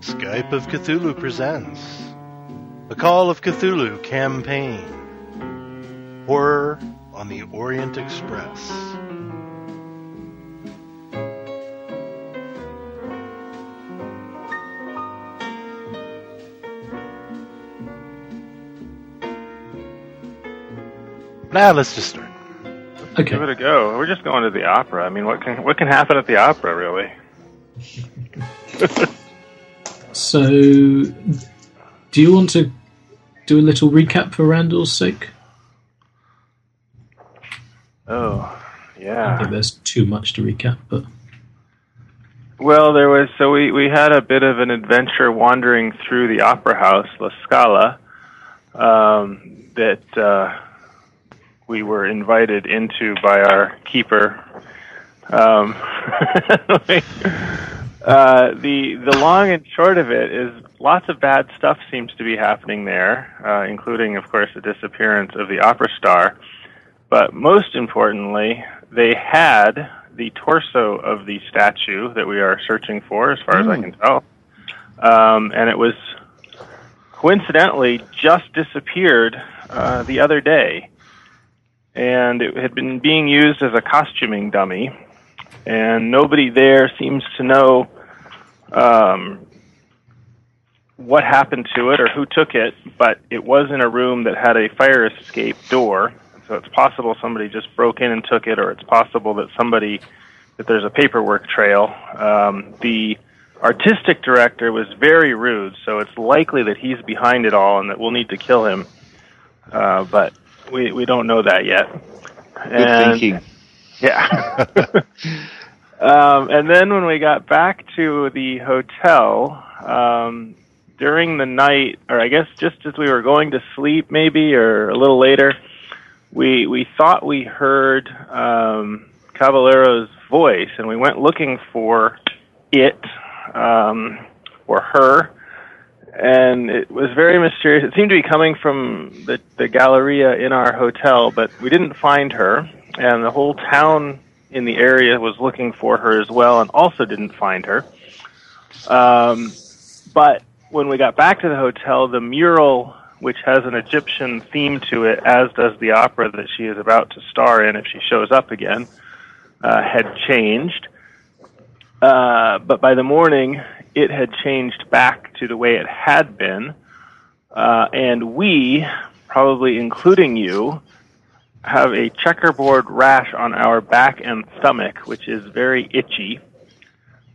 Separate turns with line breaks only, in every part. Skype of Cthulhu presents The Call of Cthulhu Campaign Horror on the Orient Express. Now let's just start.
Okay.
Give it a go. We're just going to the opera. I mean, what can what can happen at the opera, really?
So, do you want to do a little recap for Randall's sake?
Oh,
I think
yeah.
there's too much to recap, but
Well, there was so we we had a bit of an adventure wandering through the opera house, La Scala, um, that uh, we were invited into by our keeper. Um, uh, the the long and short of it is lots of bad stuff seems to be happening there, uh, including, of course, the disappearance of the opera star. But most importantly, they had the torso of the statue that we are searching for, as far as I can tell. Um, and it was coincidentally just disappeared uh, the other day. And it had been being used as a costuming dummy. And nobody there seems to know um, what happened to it or who took it, but it was in a room that had a fire escape door. So it's possible somebody just broke in and took it, or it's possible that somebody that there's a paperwork trail. Um, the artistic director was very rude, so it's likely that he's behind it all and that we'll need to kill him. Uh, but we we don't know that yet.
Good
And-
thinking.
yeah. um, and then when we got back to the hotel, um, during the night, or I guess just as we were going to sleep, maybe, or a little later, we, we thought we heard um, Caballero's voice, and we went looking for it um, or her. And it was very mysterious. It seemed to be coming from the, the Galleria in our hotel, but we didn't find her and the whole town in the area was looking for her as well and also didn't find her. Um, but when we got back to the hotel, the mural, which has an Egyptian theme to it, as does the opera that she is about to star in if she shows up again, uh, had changed. Uh, but by the morning, it had changed back to the way it had been. Uh, and we, probably including you, have a checkerboard rash on our back and stomach, which is very itchy.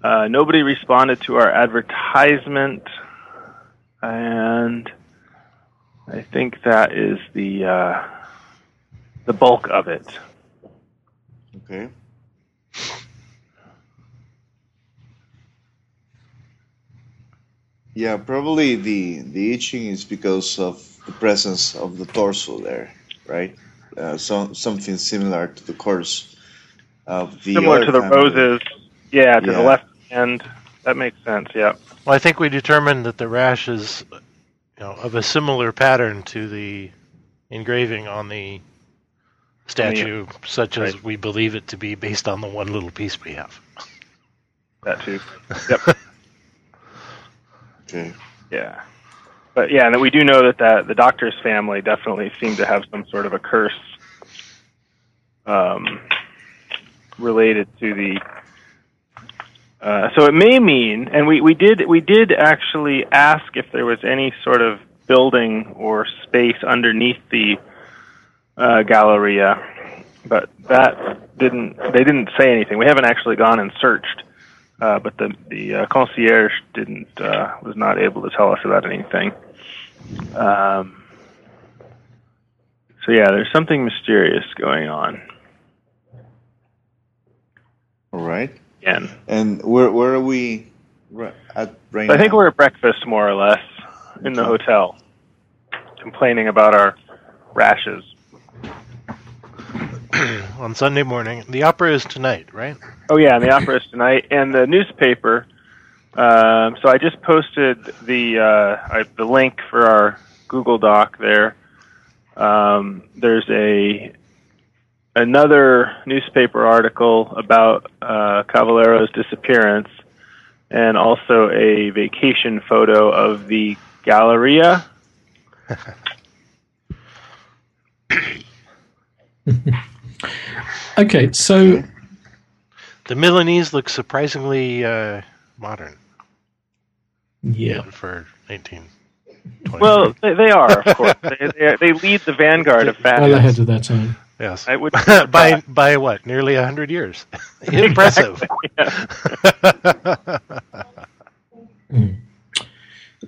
Uh, nobody responded to our advertisement, and I think that is the uh, the bulk of it.
Okay. Yeah, probably the the itching is because of the presence of the torso there, right? Uh, so, something similar to the course of the
Similar
other
to the
family.
roses, yeah, to
Yeah.
the left end. That makes sense. Yeah.
Well, I think we determined that the rash is you know, of a similar pattern to the engraving on the statue, such as we believe it to be based on the one little piece we have.
That too.
Okay.
Yeah. But yeah, and we do know that, that the doctor's family definitely seemed to have some sort of a curse um, related to the. Uh, so it may mean, and we, we did we did actually ask if there was any sort of building or space underneath the uh, Galleria, but that didn't they didn't say anything. We haven't actually gone and searched uh, but the the uh, concierge didn't uh, was not able to tell us about anything. Um, so yeah, there's something mysterious going on.
All right.
Again,
And where where are we ri- at right
But I think
now?
we're at breakfast more or less in the hotel, complaining about our rashes.
on Sunday morning. The opera is tonight, right?
Oh yeah, and the opera is tonight, and the newspaper. Um, so I just posted the uh, I, the link for our Google Doc there. Um, there's a another newspaper article about uh, Cavallero's disappearance, and also a vacation photo of the Galleria.
Okay, so
The Milanese look surprisingly uh, modern
yeah,
for 18.
Well, they, they are, of course. they, they, are, they lead the vanguard of
well
fashion.
ahead of their time.
yes.
I would
by by what? Nearly a hundred years. Impressive.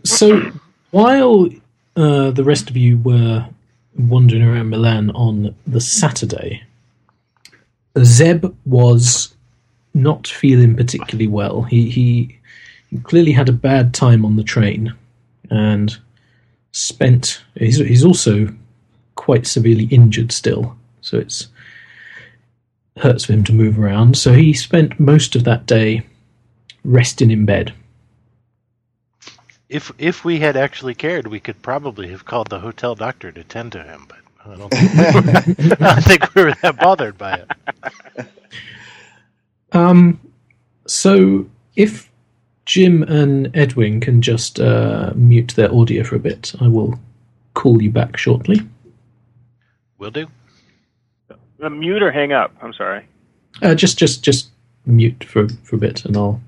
So while uh, the rest of you were wandering around Milan on the Saturday, Zeb was not feeling particularly well. He he clearly had a bad time on the train and spent. He's, he's also quite severely injured still, so it's hurts for him to move around. So he spent most of that day resting in bed.
If if we had actually cared, we could probably have called the hotel doctor to tend to him, but I don't think we were, I don't think we were that bothered by it.
Um, so if Jim and Edwin can just uh, mute their audio for a bit, I will call you back shortly.
Will do.
Uh, mute or hang up. I'm sorry.
Uh, just, just, just mute for for a bit, and I'll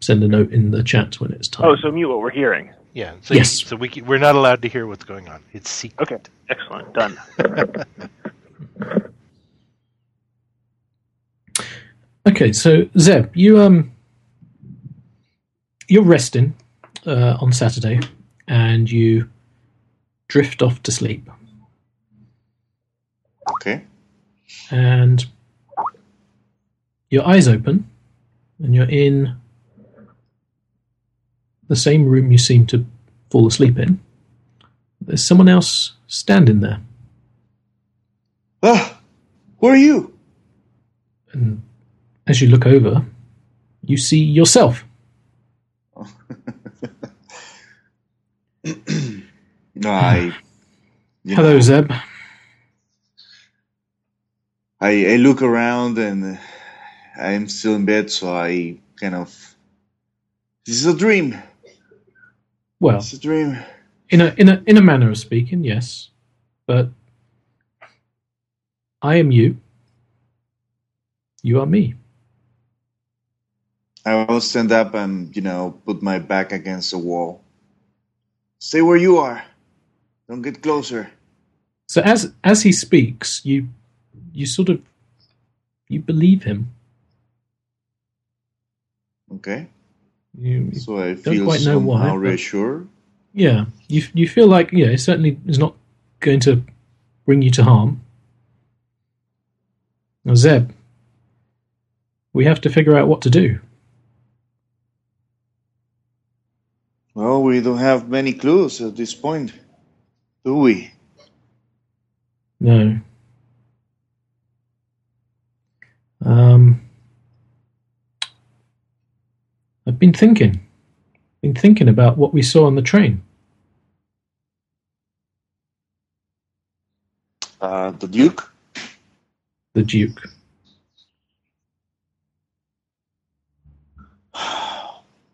send a note in the chat when it's time.
Oh, so mute what we're hearing.
Yeah. So
Yes.
so we c- we're not allowed to hear what's going on. It's secret.
Okay, excellent, done.
Okay, so Zeb, you um, you're resting uh, on Saturday, and you drift off to sleep.
Okay.
and your eyes open and you're in the same room you seem to fall asleep in there's someone else standing there
Ah, who are you?
and as you look over you see yourself
No, I. you
hello
know,
zeb
I, I look around and uh, I'm still in bed, so I kind of. This is a dream.
well
It's a dream.
in a in a in a manner of speaking yes but i am you you are me
I will stand up and, you know, put my back against the wall. Stay where you are. Don't get closer.
So as as he speaks, you you sort of you believe him.
Okay?
You
So I
Don't
feel
quite know why,
somehow
but-
reassured.
yeah. You you feel like you know it certainly is not going to bring you to harm. Now Zeb, we have to figure out what to do.
Well, we don't have many clues at this point, do we?
No. Um. I've been thinking, been thinking about what we saw on the train.
Uh, the Duke?
The Duke.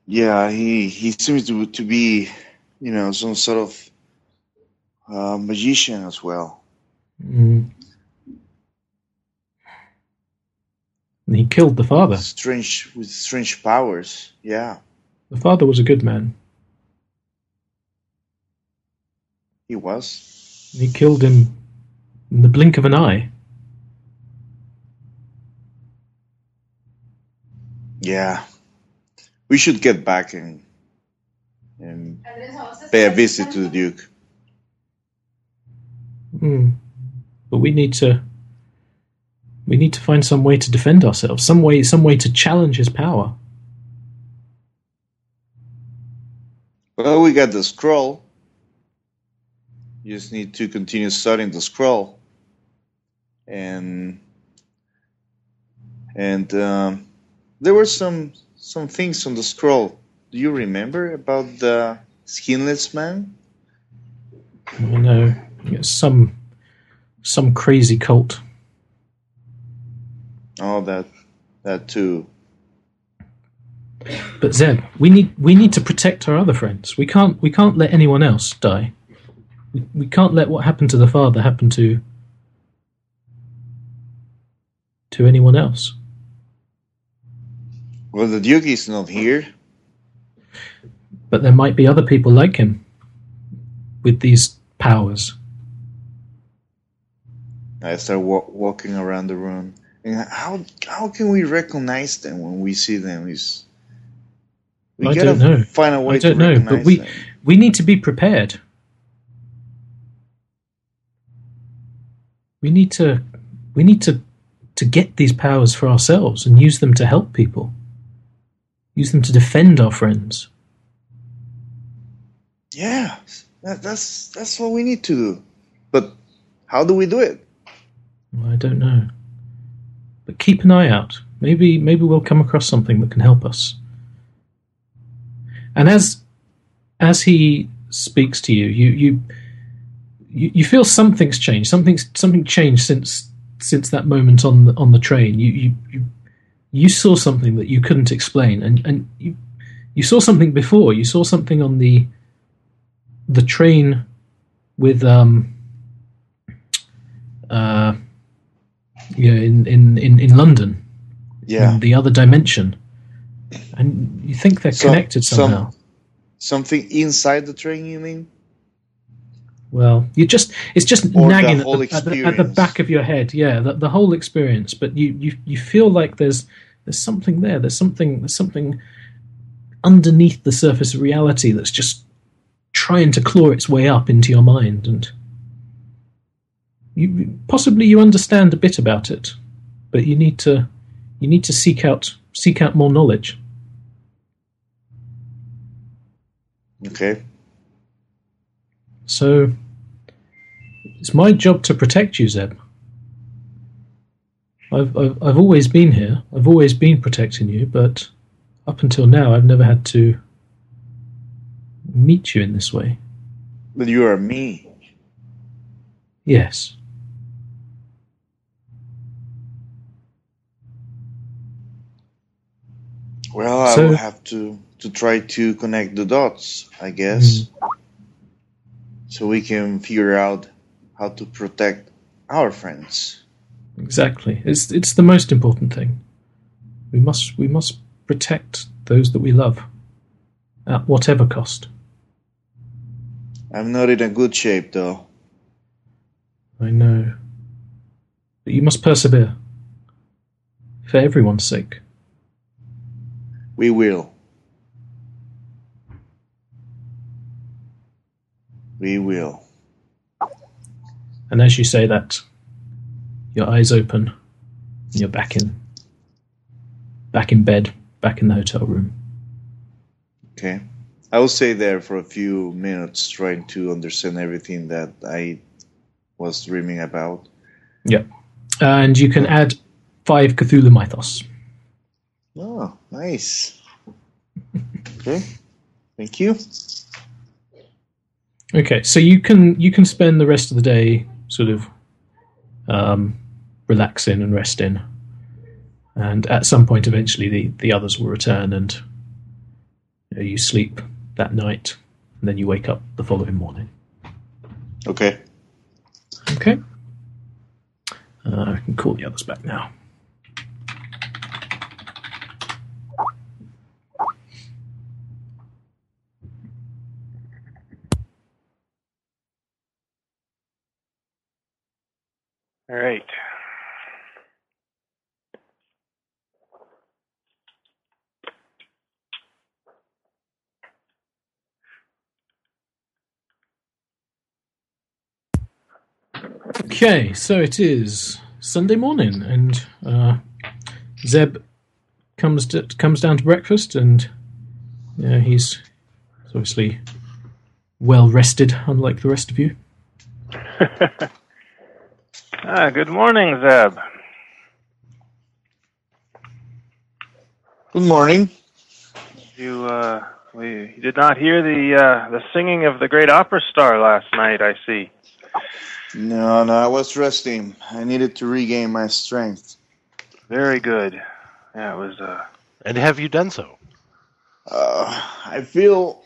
Yeah, he, he seems to, to be, you know, some sort of uh, magician as well.
Mm. And he killed the father.
Strange, with strange powers. Yeah,
The father was a good man.
he was.
And he killed him in the blink of an eye.
Yeah. We should get back and, and pay a visit to the Duke.
Mm. But we need to. We need to find some way to defend ourselves. Some way. Some way to challenge his power.
Well, we got the scroll. You just need to continue studying the scroll, and and um, there were some some things on the scroll. Do you remember about the skinless man?
I know. It's some. Some crazy cult.
Oh, that that too.
But Zeb, we need we need to protect our other friends. We can't we can't let anyone else die. We, we can't let what happened to the father happen to to anyone else.
Well, the Duke is not here.
But there might be other people like him with these powers.
I start wa- walking around the room. And how how can we recognize them when we see them? Is we
I
gotta
don't know.
find a way
I don't
to
know,
recognize
but we
them.
we need to be prepared. We need to we need to to get these powers for ourselves and use them to help people. Use them to defend our friends.
Yeah, that, that's that's what we need to do. But how do we do it?
I don't know. But keep an eye out. Maybe maybe we'll come across something that can help us. And as as he speaks to you, you you you, you feel something's changed. Something's something changed since since that moment on the, on the train. You you you you saw something that you couldn't explain, and and you you saw something before. You saw something on the the train with um uh you know, in, in, in, in London,
Yeah,
in the other dimension. And you think they're
So-
connected
some-
somehow.
something inside the train. You mean?
Well, you just it's just
Or the
nagging at,
whole
the, at, the, at the
experience.
back of your head. Yeah, the, the whole experience. But you, you, you feel like there's there's something there. There's something there's something underneath the surface of reality that's just trying to claw its way up into your mind and you possibly you understand a bit about it but you need to you need to seek out seek out more knowledge
Okay.
So it's my job to protect you, Zeb. I've, I've I've always been here. I've always been protecting you, but up until now, I've never had to meet you in this way.
But you are me.
Yes.
Well, I
So-
will have to to try to connect the dots, I guess, so we can figure out how to protect our friends.
Exactly. It's it's the most important thing. We must we must protect those that we love at whatever cost.
I'm not in a good shape though.
I know. But you must persevere. For everyone's sake.
We will. We will.
And as you say that, your eyes open, and you're back in, back in bed, back in the hotel room.
Okay. I will stay there for a few minutes trying to understand everything that I was dreaming about.
And you can add five Cthulhu Mythos.
Oh, nice. Okay. Thank you.
Okay, so you can you can spend the rest of the day sort of um, relaxing and resting, and at some point eventually the, the others will return and you, know, you sleep that night, and then you wake up the following morning.
Okay.
Okay. Uh, I can call the others back now.
All right.
Okay, so it is Sunday morning, and uh, Zeb comes to, comes down to breakfast, and you know, he's obviously well rested, unlike the rest of you.
Ah, good morning, Zeb.
Good morning.
You uh, we you did not hear the uh, the singing of the great opera star last night. I see.
No, no, I was resting. I needed to regain my strength.
Very good. Yeah, it was. Uh,
And have you done so?
Uh, I feel,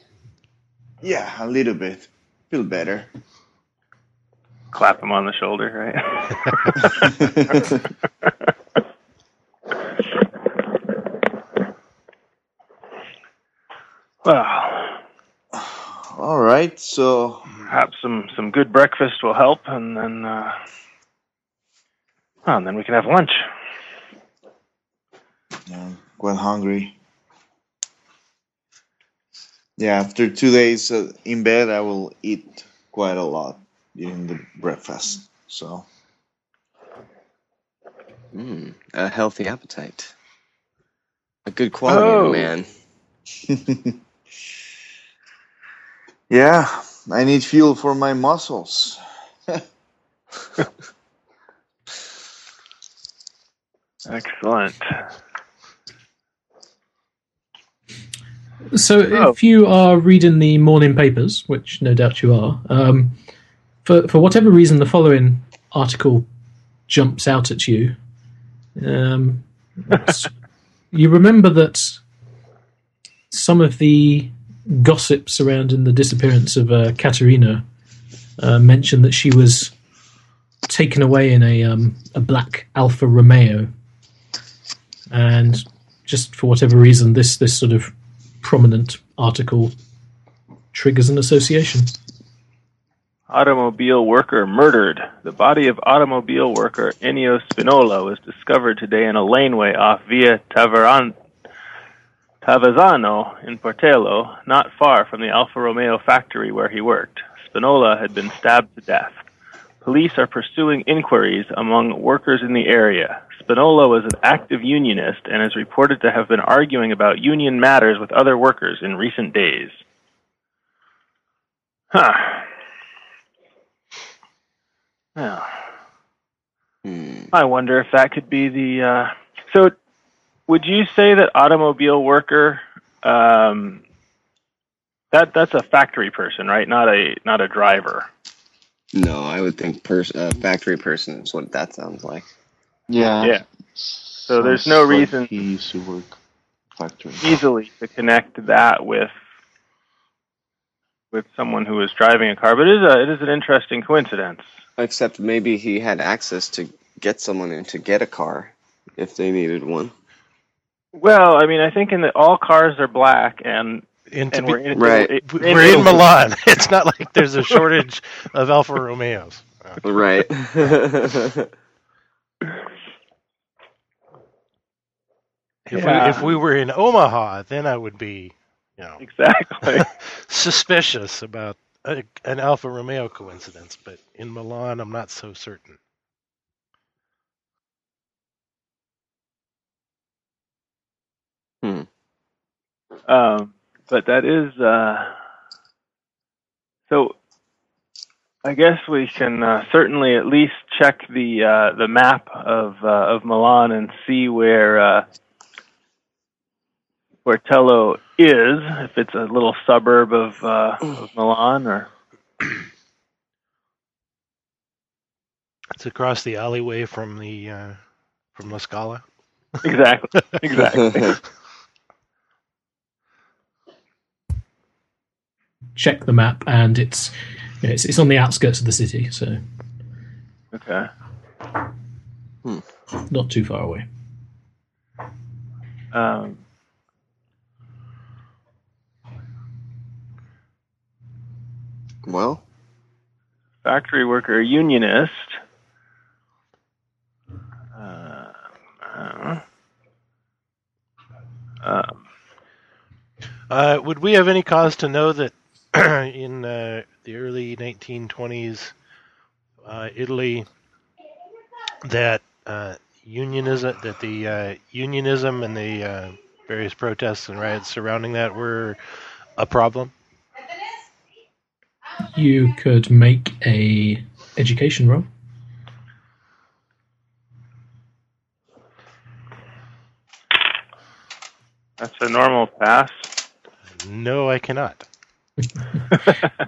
yeah, a little bit. Feel better.
Clap him on the shoulder, right? well,
All right, so
perhaps some some good breakfast will help, and then uh, well, and then we can have lunch.
Yeah, quite hungry. Yeah, after two days uh, in bed, I will eat quite a lot during the breakfast. So,
Mm, a healthy appetite. A good quality in a
Oh.
man.
yeah, I need fuel for my muscles.
Excellent.
So,
Oh.
if you are reading the morning papers, which no doubt you are, um, for for whatever reason, the following article jumps out at you. Um, it's- you remember that some of the gossip surrounding the disappearance of uh, Katerina uh, mentioned that she was taken away in a um, a black Alfa Romeo, and just for whatever reason, this this sort of prominent article triggers an association.
Automobile worker murdered. The body of automobile worker Ennio Spinola was discovered today in a laneway off Via Taveran- Tavazzano in Portello, not far from the Alfa Romeo factory where he worked. Spinola had been stabbed to death. Police are pursuing inquiries among workers in the area. Spinola was an active unionist and is reported to have been arguing about union matters with other workers in recent days. Huh. Yeah.
Hmm.
I wonder if that could be the. Uh, so, would you say that automobile worker? Um, that that's a factory person, right? Not a not a driver.
No, I would think pers- uh, factory person is what that sounds like.
Yeah.
Yeah. So there's no
Sounds like
reason
he used to work factory.
easily to connect that with with someone who is driving a car. But it is a it is an interesting coincidence.
Except maybe he had access to get someone in to get a car if they needed one.
Well, I mean, I think in that all cars are black and
And to
and
be-
we're in,
Right.
it-
we-
it-
we're in Milan. It's not like there's a shortage of Alfa Romeos.
Right.
If,
Yeah.
we, if we were in Omaha, then I would be, you know,
exactly.
suspicious about a, an Alfa Romeo coincidence. But in Milan, I'm not so certain.
Um, but that is uh, so. I guess we can uh, certainly at least check the uh, the map of uh, of Milan and see where uh, where Tello is, if it's a little suburb of uh, of Milan or
It's across the alleyway from the uh, from La Scala.
exactly exactly.
Check the map, and it's you know, it's, it's on the outskirts of the city, so
Okay.
not too far away.
Um,
well,
factory worker unionist. Uh, uh, uh,
Uh, would we have any cause to know that in uh, the early 1920s uh, Italy that uh, unionism that the uh, unionism and the uh, various protests and riots surrounding that were a problem?
You could make a education roll.
That's a normal pass.
No, I cannot.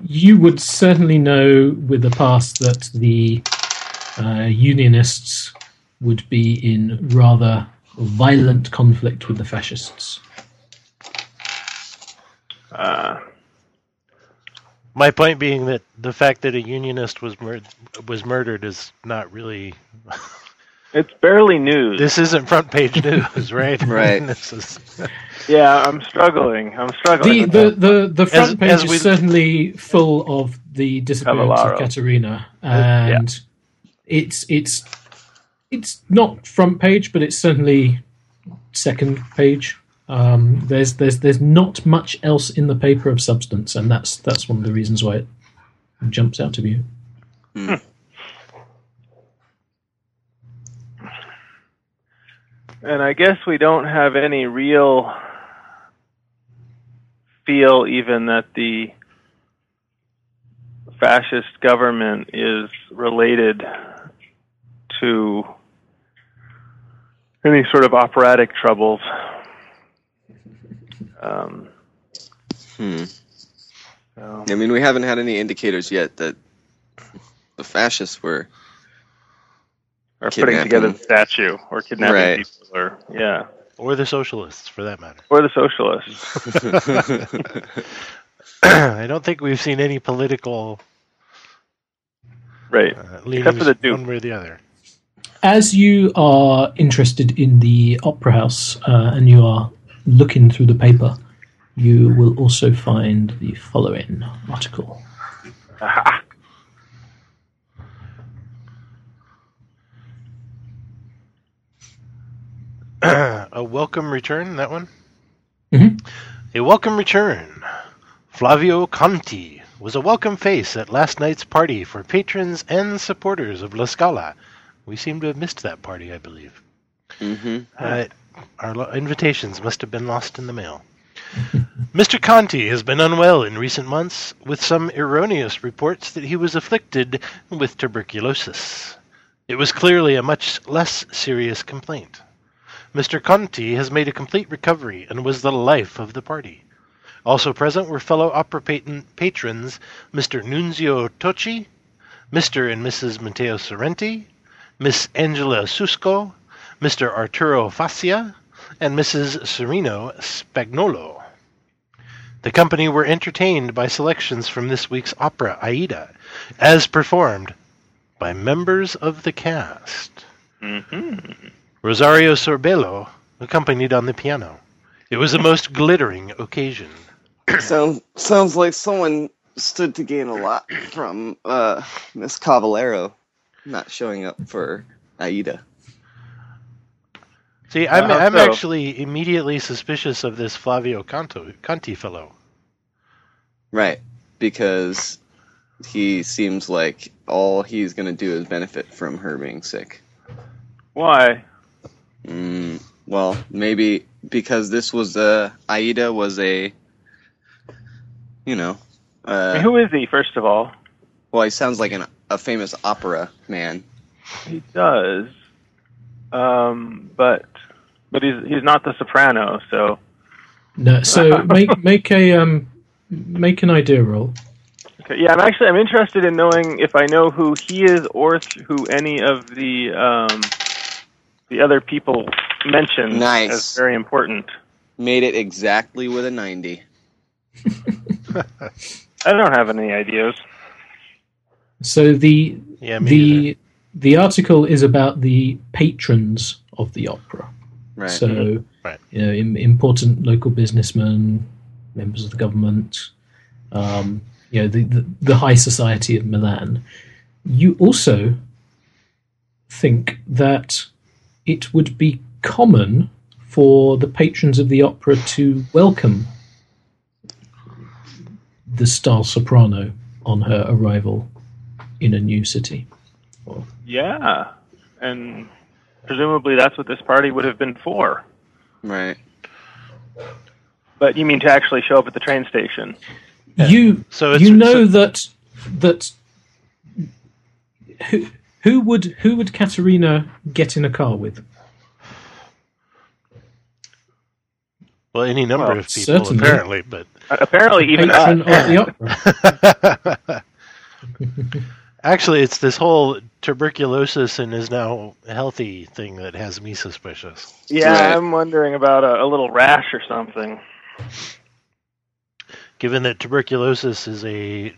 You would certainly know with the past that the uh, Unionists would be in rather violent conflict with the fascists.
Uh,
My point being that the fact that a unionist was mur- was murdered is not really.
it's barely news.
This isn't front page news, right? I mean,
Right.
this is
yeah, I'm struggling. I'm struggling.
The
with
the, the, the front
As-
page
as we-
is certainly full of the disappearance
Cavallaro.
of Katerina,
Uh,
and it's it's it's not front page, but it's certainly second page. Um, there's there's there's not much else in the paper of substance, and that's that's one of the reasons why it jumps out to you.
And I guess we don't have any real feel even that the fascist government is related to any sort of operatic troubles. Um,
Hmm.
so-
I mean, we haven't had any indicators yet that the fascists were.
or putting
Kidnapping.
together the statue or kidnapping
Right.
people or yeah
or the socialists, for that matter.
or the socialists
I don't think we've seen any political
right
uh,
Except
leanings
for the Duke.
one way or the other.
As you are interested in the Opera House uh, and you are looking through the paper, you will also find the following article.
a welcome return, that one?
Mhm.
A welcome return. Flavio Conti was a welcome face at last night's party for patrons and supporters of La Scala. We seem to have missed that party, I believe.
hmm
Uh, our lo- invitations must have been lost in the mail. Mr. Conti has been unwell in recent months, with some erroneous reports that he was afflicted with tuberculosis. It was clearly a much less serious complaint. Mr. Conti has made a complete recovery and was the life of the party. Also present were fellow opera patron- patrons Mr. Nunzio Tocci, Mr. and Mrs. Matteo Sorrenti, Miss Angela Susco, Mr. Arturo Fascia, and Mrs. Sereno Spagnolo. The company were entertained by selections from this week's opera, Aida, as performed by members of the cast.
Mm-hmm.
Rosario Sorbello accompanied on the piano. It was a most glittering occasion.
Sounds sounds like someone stood to gain a lot from uh, Miss Cavallero not showing up for Aida.
See, I'm,
Uh, how
I'm
so?
actually immediately suspicious of this Flavio Canto, Conti fellow.
Right, because he seems like all he's going to do is benefit from her being sick.
why
Mm, well, maybe because this was a Aida was a, you know,
I mean,
uh,
who is he first of all
well, he sounds like an, a famous opera man.
He does, um, but but he's he's not the soprano, so
No, so make make a um, make an idea roll.
okay, yeah. I'm actually I'm interested in knowing if I know who he is or th- who any of the um, the other people mentioned
Nice.
as very important.
Made it exactly with a ninety.
I don't have any ideas.
So the
Yeah, me neither.
the the article is about the patrons of the opera.
Right.
So
Right.
you know, im important local businessmen, members of the government, um, you know, the, the the high society of Milan. You also think that it would be common for the patrons of the opera to welcome the star soprano on her arrival in a new city.
Yeah, and presumably that's what this party would have been for.
Right.
But you mean to actually show up at the train station?
You
So it's-
you know
so-
that that who who would who would Katerina get in a car with?
Well, any number
Well,
of people,
certainly.
apparently, but
Uh, apparently, even
Patron
us.
of the opera.
Actually, it's this whole tuberculosis and is now healthy thing that has me suspicious.
Yeah,
Right.
I'm wondering about a, a little rash or something.
given that tuberculosis is a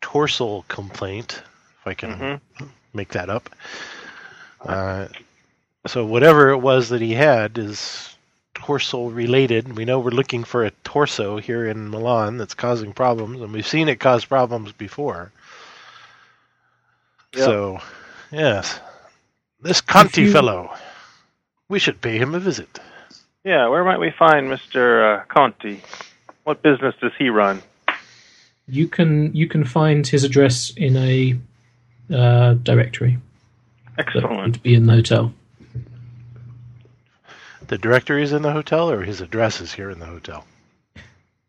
torsal complaint, if I
Mm-hmm.
can make that up. Uh, so whatever it was that he had is torsal related. We know we're looking for a torso here in Milan that's causing problems, and we've seen it cause problems before.
Yep.
So, yes, this Conti
you-
fellow, we should pay him a visit.
Yeah, where might we find Mr. Uh, Conti? What business does he run?
You can you can find his address in a uh, directory that
Excellent.
would be in the hotel.
The directory is in the hotel, or his address is here in the hotel.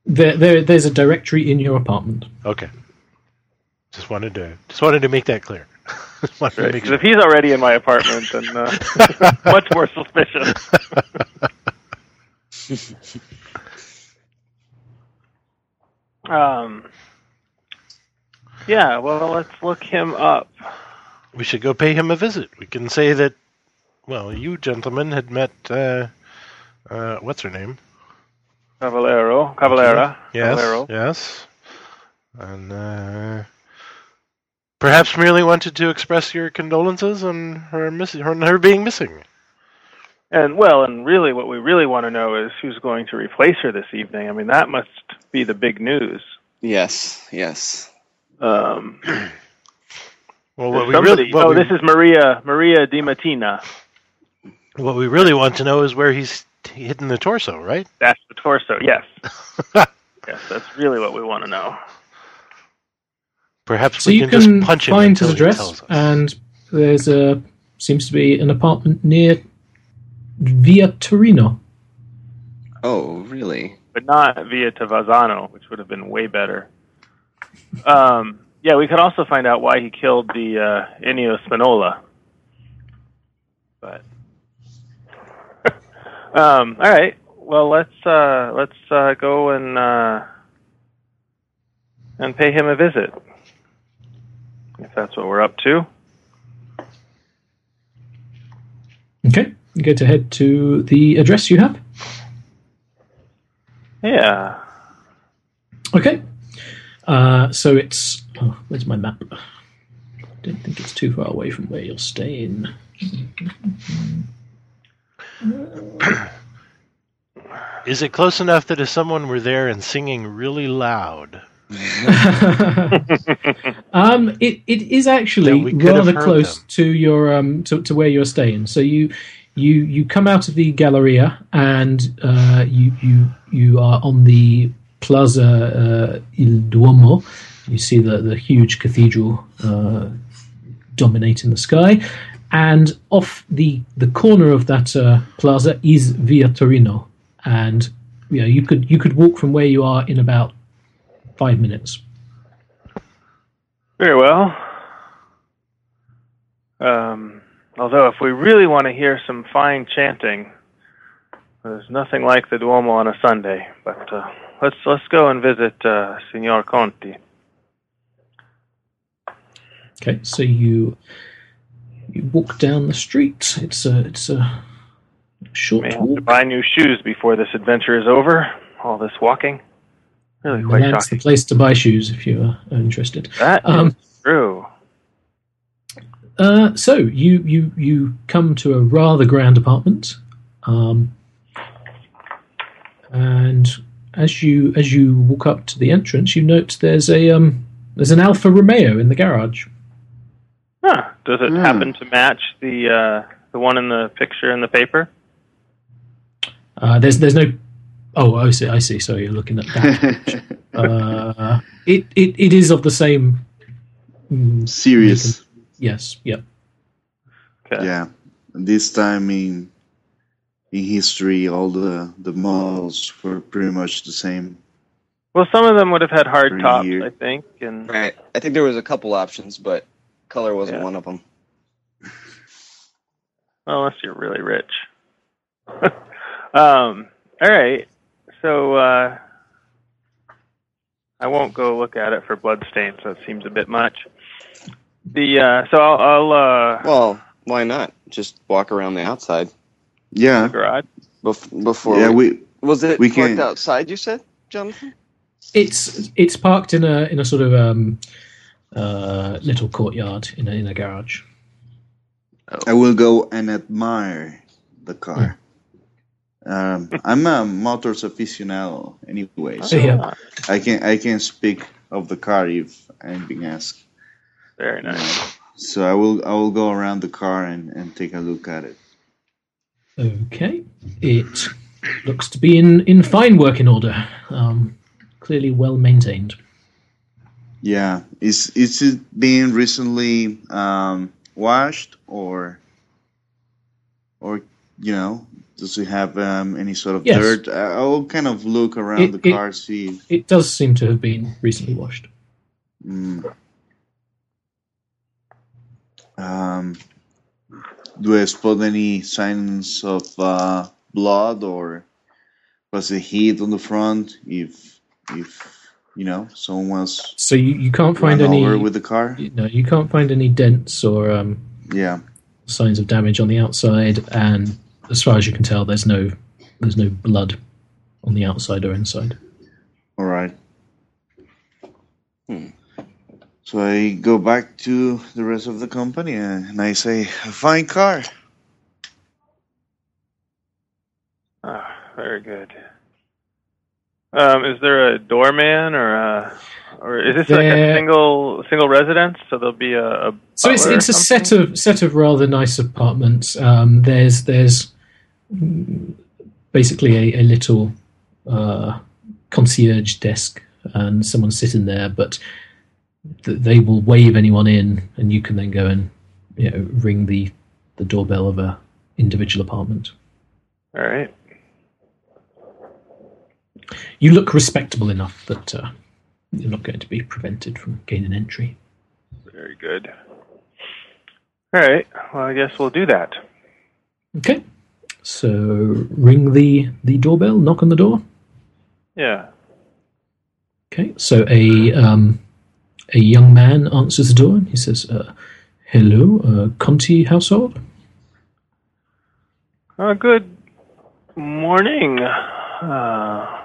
There, there there's a directory in your apartment.
Okay. Just wanted to just wanted to make that clear. Just wanted to
Right,
make
'cause if he's already in my apartment, then uh,
sure.
much more suspicious. Um, yeah, well, let's look him up.
we should go pay him a visit. We can say that. Well, you gentlemen had met. Uh, uh, what's her name?
Cavallero, Cavallera.
Yes.
Cavallero.
Yes. And uh, perhaps merely wanted to express your condolences on her miss- her, her being missing.
And well, and really, what we really want to know is who's going to replace her this evening. I mean, that must be the big news.
Yes, yes.
Um,
Well, what we
somebody-
really what,
oh,
we,
this is Maria Maria Di Mattina.
what we really want to know is where he's t- hidden the torso, right?
That's the torso. Yes, yes, that's really what we want to know.
Perhaps
So
we
you
can,
can
just punch him
find
until
his
he
address, uh,
tells us.
and there's a seems to be an apartment near Via Torino.
Oh, really?
but not via Tavazzano, which would have been way better. Um, yeah, we could also find out why he killed the uh, Ennio Spinola. But um, all right, well let's uh, let's uh, go and uh, and pay him a visit if that's what we're up to.
Okay, you go to head to the address you have.
Yeah,
Okay. Uh, so it's. Oh, where's my map? I don't think it's too far away from where you're staying.
Is it close enough that if someone were there and singing really loud,
um, it, it is actually
Yeah, we could have
rather
heard
close
them.
to your um to, to where you're staying. So you you you come out of the Galleria and uh, you you you are on the Plaza uh, Il Duomo. You see the the huge cathedral uh, dominating the sky, and off the the corner of that uh, plaza is Via Torino, and you know you could you could walk from where you are in about five minutes.
very well. Um, although, if we really want to hear some fine chanting, there's nothing like the Duomo on a Sunday. But uh, let's let's go and visit uh, Signor Conti.
Okay, so you you walk down the street. It's a it's a short
May have to
walk.
buy new shoes before this adventure is over. All this walking, really quite
Milan's the
shocking.
place to buy shoes if you are interested.
That is
Um,
true.
Uh, so you you you come to a rather grand apartment, um, and as you as you walk up to the entrance, you note there's a um, there's an Alfa Romeo in the garage.
Huh. Does it happen to match the uh, the one in the picture in the paper?
Uh, there's there's no. Oh, I see. I see. Sorry, you're looking at that. uh, it, it it is of the same. mm,
Serious.
Yes. Yep.
Okay.
Yeah. And this time in in history, all the the models were pretty much the same.
Well, some of them would have had hard
Three
tops,
years.
I think, and
Right. I think there was a couple options, but color wasn't
Yeah.
one of them.
Well, unless you're really rich. um, all right. So uh, I won't go look at it for bloodstains. That seems a bit much. The uh, so I'll, I'll uh,
Well, why not? Just walk around the outside
the
Yeah.
garage.
bef- before.
yeah.
we-
We
was it
we
parked
can-
outside? You said, Jonathan.
It's it's parked in a in a sort of um, uh, little courtyard in a, in a garage.
I will go and admire the car.
Hmm.
Um, I'm a motors aficionado anyway, so
yeah.
I can I can speak of the car if I'm being asked.
Very nice.
So I will I will go around the car and, and take a look at it.
Okay. It looks to be in in fine working order. Um, clearly well maintained.
Yeah, is is it being recently um, washed or or you know does it have um, any sort of
Yes.
dirt? I- I'll kind of look around
It-
the
it-
car, see.
It does seem to have been recently washed.
Mm. Um, do I spot any signs of uh, blood or was it heat on the front? If if you know someone was
So you, you can't
run
find any
over with the car,
no you can't find any dents or um,
yeah,
signs of damage on the outside, and as far as you can tell, there's no there's no blood on the outside or inside.
all right.
Hmm.
So I go back to the rest of the company uh, and I say, "A "Fine car."
Ah, very good. Um, is there a doorman or a, or is this like
There-
a single single residence? So there'll be a, a
So it's
butler or
it's a set
something?
of set of rather nice apartments. Um, there's there's mm, basically a, a little uh, concierge desk, and someone sitting there, but th- they will wave anyone in, and you can then go and you know, ring the the doorbell of a individual apartment.
All right.
You look respectable enough that uh, you're not going to be prevented from gaining entry.
Very good. All right. Well, I guess we'll do that.
Okay. So ring the the doorbell, knock on the door.
Yeah.
Okay. So a um, a young man answers the door and he says, uh, "Hello, uh, Conti household."
Uh, good morning. Uh,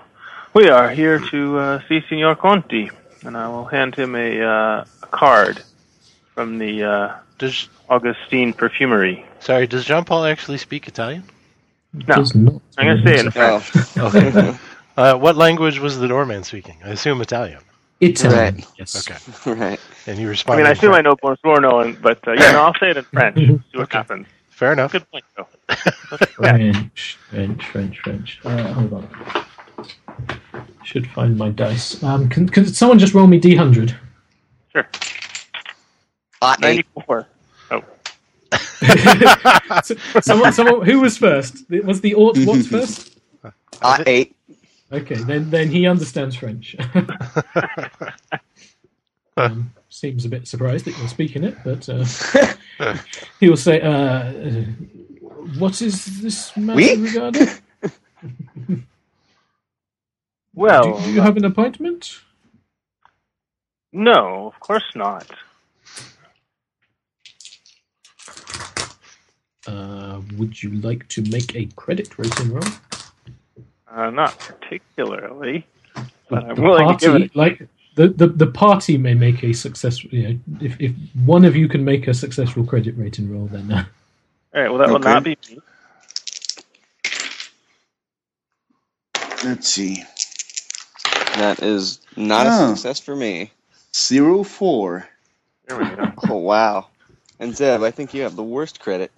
we are here to uh, see Signor Conti, and I will hand him a, uh, a card from the uh,
Does
Augustine Perfumery.
sorry, does Jean Paul actually speak Italian?
No.
Does not.
I'm going to say
Mm-hmm.
in
Oh,
French.
Okay. uh, what language was the doorman speaking? I assume Italian.
Italian.
Right.
Yes.
Okay.
Oh, right.
And you
I
Oh.
responded.
mean, I
in
assume I
French.
know Bonsoirno, and, but uh, yeah, no, I'll say it in French. See what
Okay.
happens.
Fair enough.
Good point, though.
French, French, French, French. Uh, hold on. Should find my dice. Um, can, can someone just roll me D hundred?
Hot eight.
94.
someone, someone, who was first? It was the Ort what's first?
Hot eight.
Okay, then then he understands French. um, seems a bit surprised that you're speaking it, but uh, he will say, uh, uh, "What is this matter
Oui?
regarding?
Oh, Well,
do, do you have an appointment?"
no, of course not.
Uh, would you like to make a credit rating roll?
Uh, not particularly. But I'm
the
willing to
party,
give it a-
like the, the, the party may make a successful. You know, if if one of you can make a successful credit rating roll, then uh,
All right, well, that will
Okay.
not be me.
Let's see,
That is not
Oh.
a success for me.
zero four.
There we go.
Oh wow. And Zeb, I think you have the worst credit.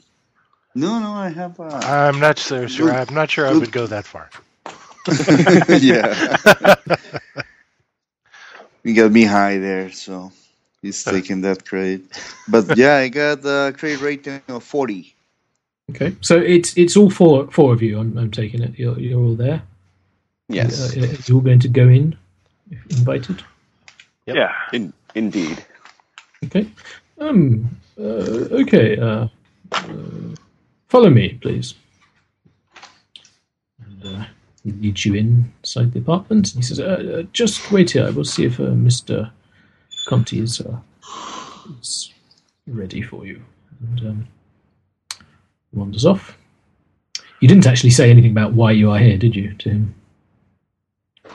No, no, I have. Uh...
I'm not so sure. I'm not sure I would go that far.
yeah, you got me high there, so he's taking that credit. But yeah, I got a credit rating of forty.
okay. So it's it's all four four of you. I'm, I'm taking it. You're you're all there.
Yes,
Uh, you're all going to go in if invited.
Yep.
Yeah.
in, indeed.
Okay. Um. Uh, okay. Uh, uh, follow me, please. And, uh, he leads you inside the apartment. He says, uh, uh, "Just wait here. I will see if uh, Mister Conti is, uh, is ready for you." And um, he wanders off. You didn't actually say anything about why you are here, did you, to him?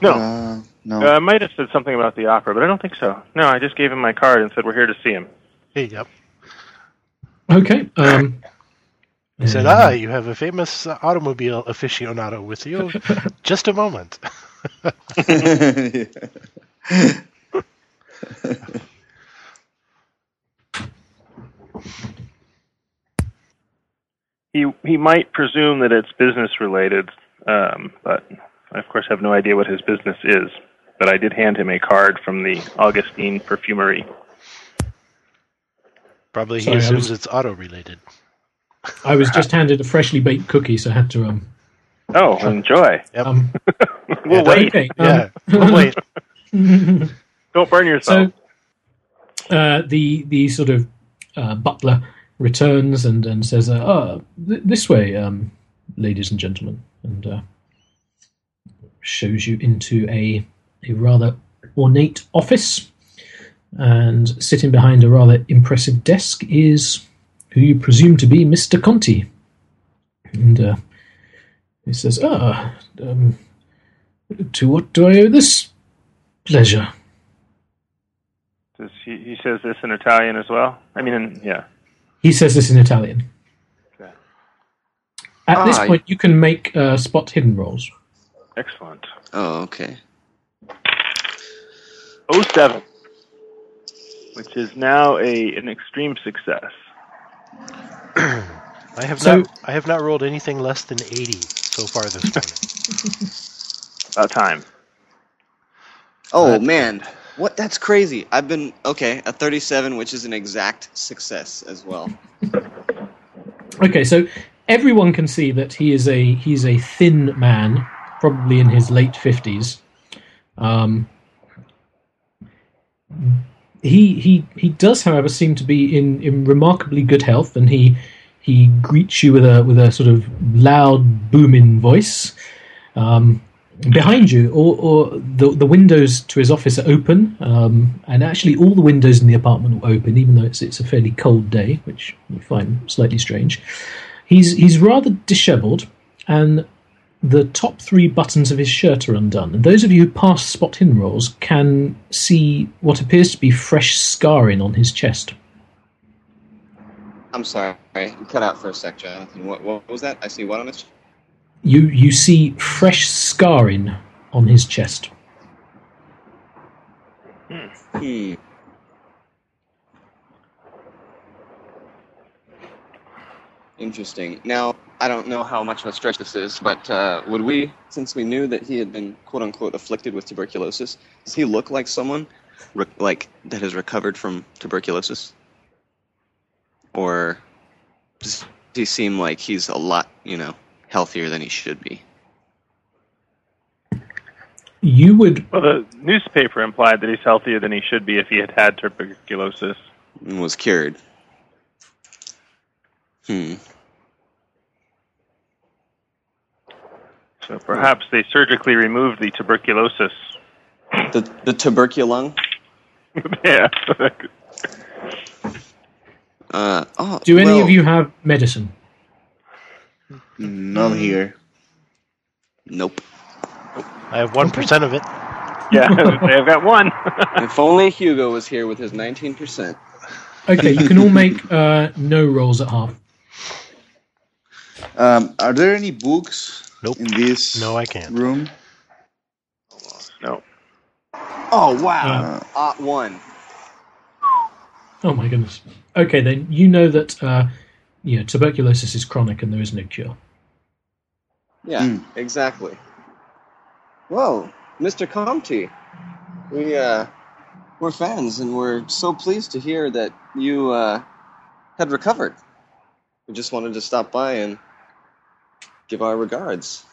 No.
Uh, No.
Uh, I might have said something about the opera, but I don't think so. No, I just gave him my card and said we're here to see him.
Hey, yep.
Okay. Um,
He said, "Ah, you have a famous uh, automobile aficionado with you. Just a moment."
He he might presume that it's business related, um, but I of course have no idea what his business is. But I did hand him a card from the Augustine Perfumery.
Probably he
Sorry, I
assumes
was-
it's auto related.
I was just handed a freshly baked cookie, so I had to um.
Oh, enjoy!
Yep.
um
We'll
Yeah,
wait.
okay, um,
yeah. But wait.
Don't burn yourself.
So uh, the the sort of uh, butler returns and, and says, uh, "Ah, th- this way, um, ladies and gentlemen," and uh, shows you into a a rather ornate office. And sitting behind a rather impressive desk is who you presume to be Mr. Conti. And uh, he says, "Ah, um, to what do I owe this pleasure?"
Does he, he says this in Italian as well. I mean, in, yeah.
He says this in Italian.
Okay.
At this
Ah,
point, you can make uh, spot hidden rolls.
Excellent.
Oh, okay.
Oh seven, which is now a an extreme success.
I have
So-
not. I have not rolled anything less than eighty so far this morning.
About time.
Oh
That's
man, what? That's crazy. I've been okay a 37, which is an exact success as well.
Okay, so everyone can see that he is a he's a thin man, probably in his late fifties. Um, he he he does, however, seem to be in, in remarkably good health, and he he greets you with a with a sort of loud booming voice. Um, behind you, or, or the the windows to his office are open, um, and actually all the windows in the apartment are open, even though it's it's a fairly cold day, which you find slightly strange. He's he's rather dishevelled, and the top three buttons of his shirt are undone. And those of you who pass spot hidden rolls can see what appears to be fresh scarring on his chest.
I'm sorry, you cut out for a sec, Jonathan. What, what was that? I see one on his.
You you see fresh scarring on his chest.
Hmm. Interesting. Now, I don't know how much of a stretch this is, but uh, would we, since we knew that he had been quote unquote afflicted with tuberculosis, does he look like someone re- like that has recovered from tuberculosis, or does he seem like he's a lot, you know, healthier than he should be?
You would
Well, the newspaper implied that he's healthier than he should be if he had had tuberculosis.
and was cured. Hmm.
So perhaps they surgically removed the tuberculosis.
The the tuberculung.
yeah.
Uh, oh,
do any
well,
of you have medicine?
Not here.
Nope.
I have one percent of it.
yeah. I've got one.
if only Hugo was here with his 19%.
Okay, you can all make uh, no rolls at half.
Um, are there any books
Nope.
in this
No, I can't.
room?
no.
Oh, wow.
Uh,
Ot one.
Oh my goodness. Okay, then you know that uh, you know, tuberculosis is chronic and there is no cure.
Yeah,
Hmm.
exactly. Whoa, Mr. Comte. We, uh, we're fans and we're so pleased to hear that you, uh, had recovered. We just wanted to stop by and give our regards.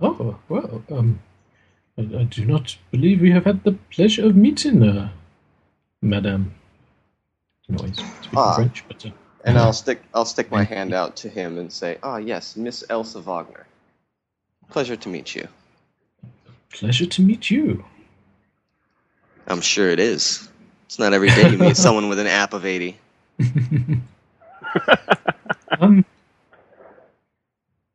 Oh well, um, I, I do not believe we have had the pleasure of meeting, uh, Madame. No, he's speaking
Ah.
French, but uh,
And I'll stick I'll stick my hand out to him and say, "Ah, yes, Miss Elsa Wagner. Pleasure to meet you."
pleasure to meet you.
I'm sure it is. It's not every day you meet someone with an app of 80.
Um.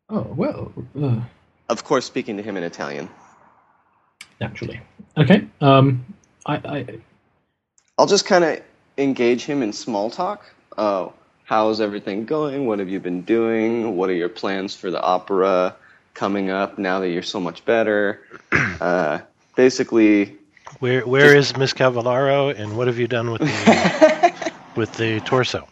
Oh uh, well. Uh,
Of course, speaking to him in Italian.
naturally. Okay. Um, I, I
I'll just kind of engage him in small talk. Oh, how's everything going? What have you been doing? What are your plans for the opera coming up now that you're so much better? Uh, basically,
Where where is Miss Cavallaro, and what have you done with the with the torso?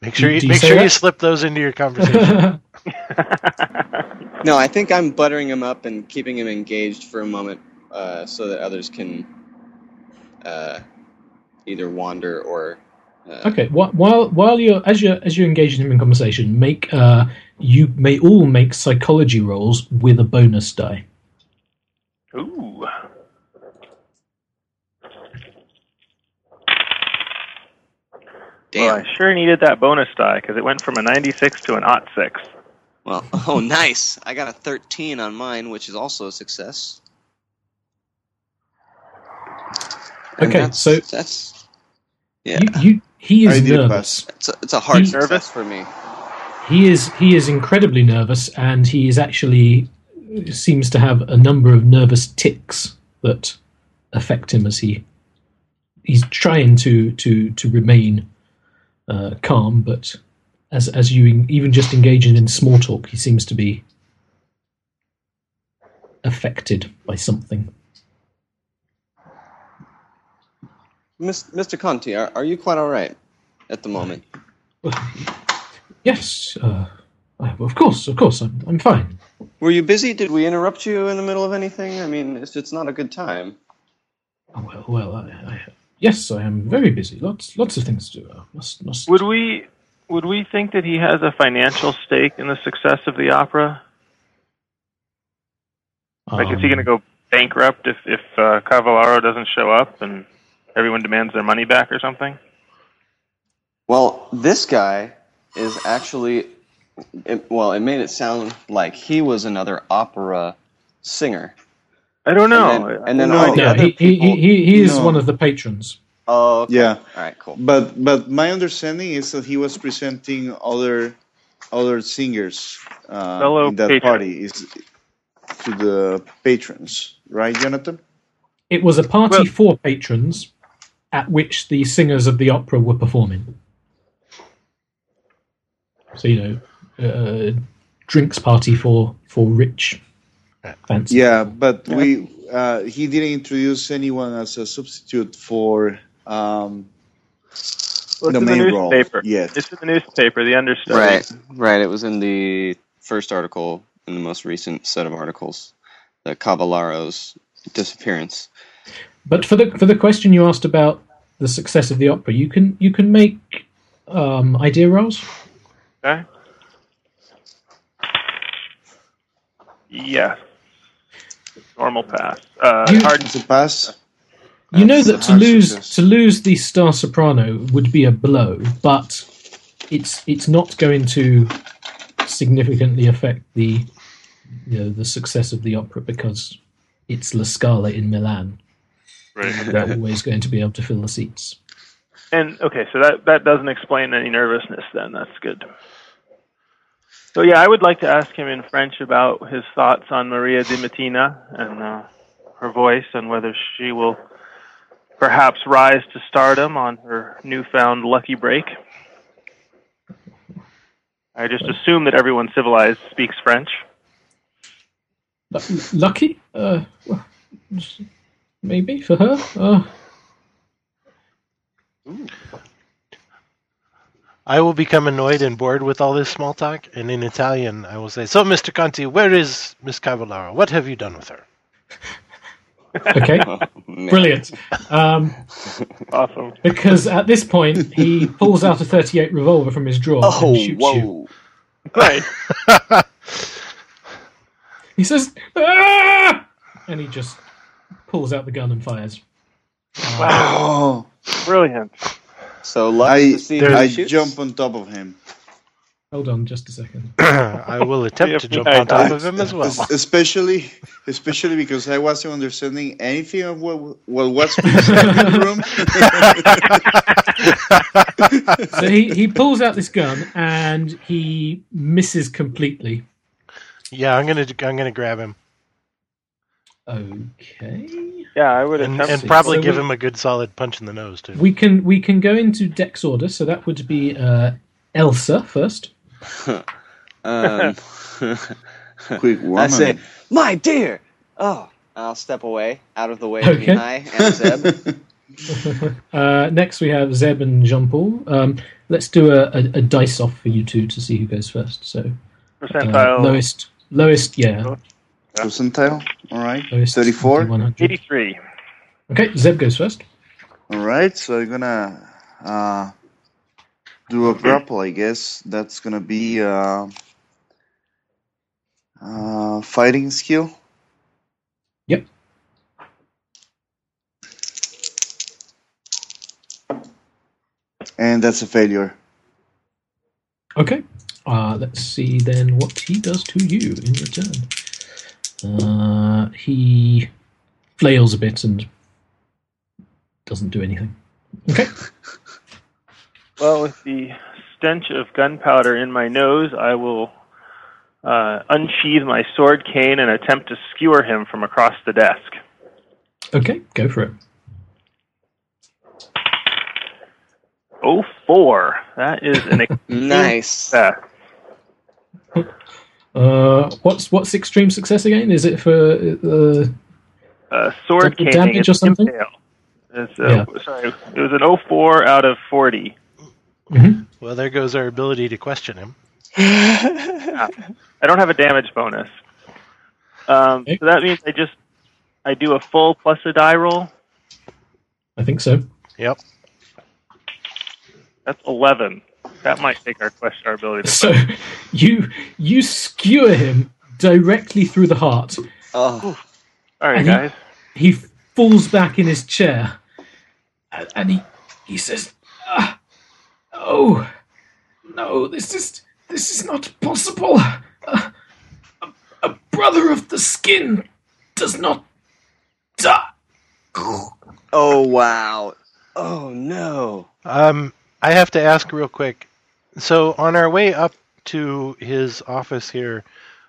Make sure you
Do you
make
say
sure you
that?
slip those into your conversation.
no, I think I'm buttering him up and keeping him engaged for a moment uh, so that others can uh, either wander or. Uh,
okay. wh- While while you're as you are as you're engaging him in conversation, make uh, you may all make psychology rolls with a bonus die.
Ooh. Well,
Damn.
I sure needed that bonus die because it went from a 96 to an ot 6.
Well, oh, nice. I got a 13 on mine, which is also a success. And
Okay,
that's,
so-
that's yeah,
You, you, he
I
is
did a
nervous.
it's a, it's a hard
You-
success for me.
He is he is incredibly nervous, and he is actually seems to have a number of nervous ticks that affect him as he he's trying to to to remain uh, calm, but as as you en- even just engaging in small talk, he seems to be affected by something.
Mis- Mr. Conti, are, are you quite all right at the moment?
Yes, uh, I- of course, of course, I'm I'm fine.
Were you busy? Did we interrupt you in the middle of anything? I mean, if it's not a good time.
Oh, well, well, I, I, yes, I am very busy. Lots lots of things to do. I must must.
Would we would we think that he has a financial stake in the success of the opera? Like, is he going to
um,
go bankrupt if if uh, Cavallaro doesn't show up and everyone demands their money back or something?
Well, this guy is actually, it, well, it made it sound like he was another opera singer.
I don't
And
know.
then-
I-
and then
I don't
all
know.
the
No,
other
he, he, he,
people-
he he is
No.
one of the patrons.
Oh, okay.
Yeah,
All right, cool.
but but my understanding is that he was presenting other other singers uh,
Fellow
in that
patrons.
party is to the patrons, right, Jonathan?
It was a party
Well-
for patrons at which the singers of the opera were performing. So, you know, uh, drinks party for, for rich fancy.
Yeah, but we uh, he didn't introduce anyone as a substitute for um,
Well, it's
the
in
main
the
role
newspaper.
yet.
It's in the newspaper. The understudy.
Right, right. It was in the first article in the most recent set of articles, the Cavallero's disappearance.
But for the, for the question you asked about the success of the opera, you can, you can make um, idea rolls.
Okay. Yes. Normal pass. Uh,
You-
hard.
It's a pass.
You know
That's
that
a
to
hard
lose
success.
to lose the star soprano would be a blow, but it's it's not going to significantly affect the you know, the success of the opera because it's La Scala in Milan. They're always going to be able to fill the seats.
And okay, so that that doesn't explain any nervousness. Then that's good. So yeah, I would like to ask him in French about his thoughts on Maria di Mattina and uh, her voice, and whether she will perhaps rise to stardom on her newfound lucky break. I just assume that everyone civilized speaks French.
Lu- Lucky, uh, well, maybe for her. Uh,
I will become annoyed and bored with all this small talk, and in Italian, I will say, "So, Mr. Conti, where is Miss Cavallaro? What have you done with her?"
okay,
Oh, man.
brilliant. Um,
Awesome.
because at this point he pulls out a thirty-eight revolver from his drawer
Oh,
and shoots
whoa.
you.
Right.
He says, "Ah!" and he just pulls out the gun and fires.
Oh,
Brilliant.
So lucky
I
to see
there-
how
I
he shoots.
jump on top of him,
Hold on, just a second.
I will attempt to jump
FBI
on top of him as well.
Es- especially especially because I wasn't understanding anything of what what was being said in the room.
So he, he pulls out this gun and he misses completely.
Yeah, I'm gonna I'm gonna grab him.
Okay.
Yeah, I would
and,
attempt.
and
to.
probably
So
give
we-
him a good solid punch in the nose too.
We can we can go into dex order. So that would be uh, Elsa first.
Um,
Quick woman.
I say, my dear. Oh, I'll step away, out of the way of
Okay.
Mihai and Zeb.
Uh, next we have Zeb and Jean Paul. Um, let's do a, a, a dice off for you two to see who goes first. So uh,
percentile
lowest lowest yeah
Percentile. All right.
lowest
34.
100.
83.
Okay, Zeb goes first.
All right. So I'm going to uh, do a grapple, I guess. That's going to be uh, uh, fighting skill.
Yep.
And that's a failure.
Okay. Uh, let's see then what he does to you in return. Uh, he flails a bit and doesn't do anything. Okay.
Well, with the stench of gunpowder in my nose, I will uh, unsheathe my sword cane and attempt to skewer him from across the desk.
Okay, go for it.
Oh, four. That is an ex-
Nice.
uh,
Uh, what's what's extreme success again? Is it for uh,
uh, sword
Double
cane.
damage
It's
or something?
impale. It's, uh, Sorry, it was an 04 out of 40.
Well, there goes our ability to question him.
I don't have a damage bonus. Um,
Okay.
So that means I just I do a full plus a die roll.
I think so.
Yep.
That's eleven. That might take our question our ability. To
So you you skewer him directly through the heart.
Oh,
All right,
And he-
guys.
He falls back in his chair, and, and he he says, ah, "Oh no, this is this is not possible. A, a, a brother of the skin does not die."
oh wow. Oh no.
Um, I have to ask real quick. So on our way up to his office here,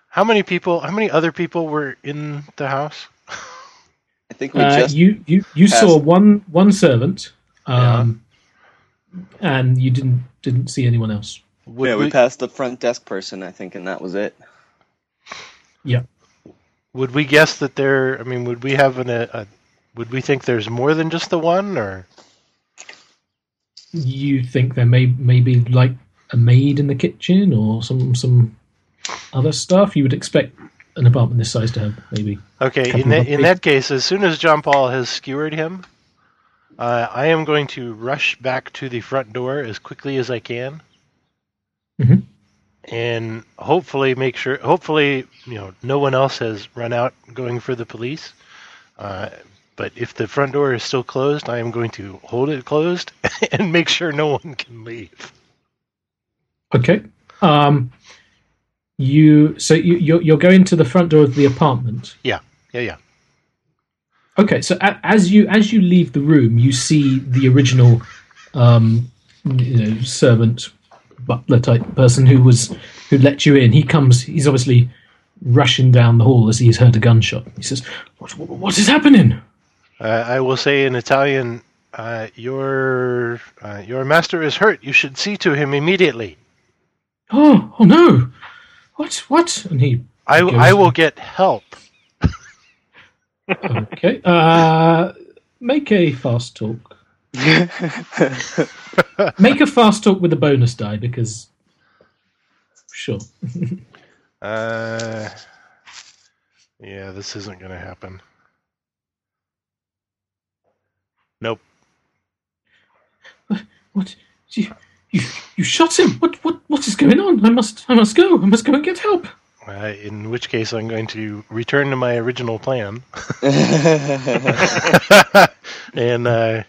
how many people? How many other people were in the house?
I think we
Uh,
just
you you you
passed-
saw one one servant, um, and you didn't didn't see anyone else.
Would
yeah, we,
we,
passed the front desk person, I think, and that was it.
would we guess that there? I mean, would we have an? A, a, would we think there's more than just the one, or
You think there may maybe like a maid in the kitchen or some some other stuff. You would expect an apartment this size to have maybe.
okay?
Couple
In that
of
in
big-
that case, as soon as John Paul has skewered him, uh, I am going to rush back to the front door as quickly as I can,
Mhm.
and hopefully make sure. Hopefully, you know, no one else has run out going for the police. Uh, but if the front door is still closed, I am going to hold it closed and make sure no one can leave.
Okay. Um, you so you you're, you're going to the front door of the apartment.
Yeah, yeah.
Okay, so a- as you as you leave the room, you see the original um, you know, servant butler type person who was who let you in. He comes. He's obviously rushing down the hall as he's heard a gunshot. He says, "What, what, what is happening?"
Uh, I will say in Italian, uh, your uh, your master is hurt. You should see to him immediately.
Oh, oh no! What? What? And he
I,
Okay.
I will get help.
okay. Uh, make a fast talk. make a fast talk with a bonus die because sure.
Uh, yeah, this isn't going to happen. Nope.
What? You, you, you shot him. What? What? What is going on? I must. I must go. I must go and get help.
Uh, in which case, I'm going to return to my original plan and uh,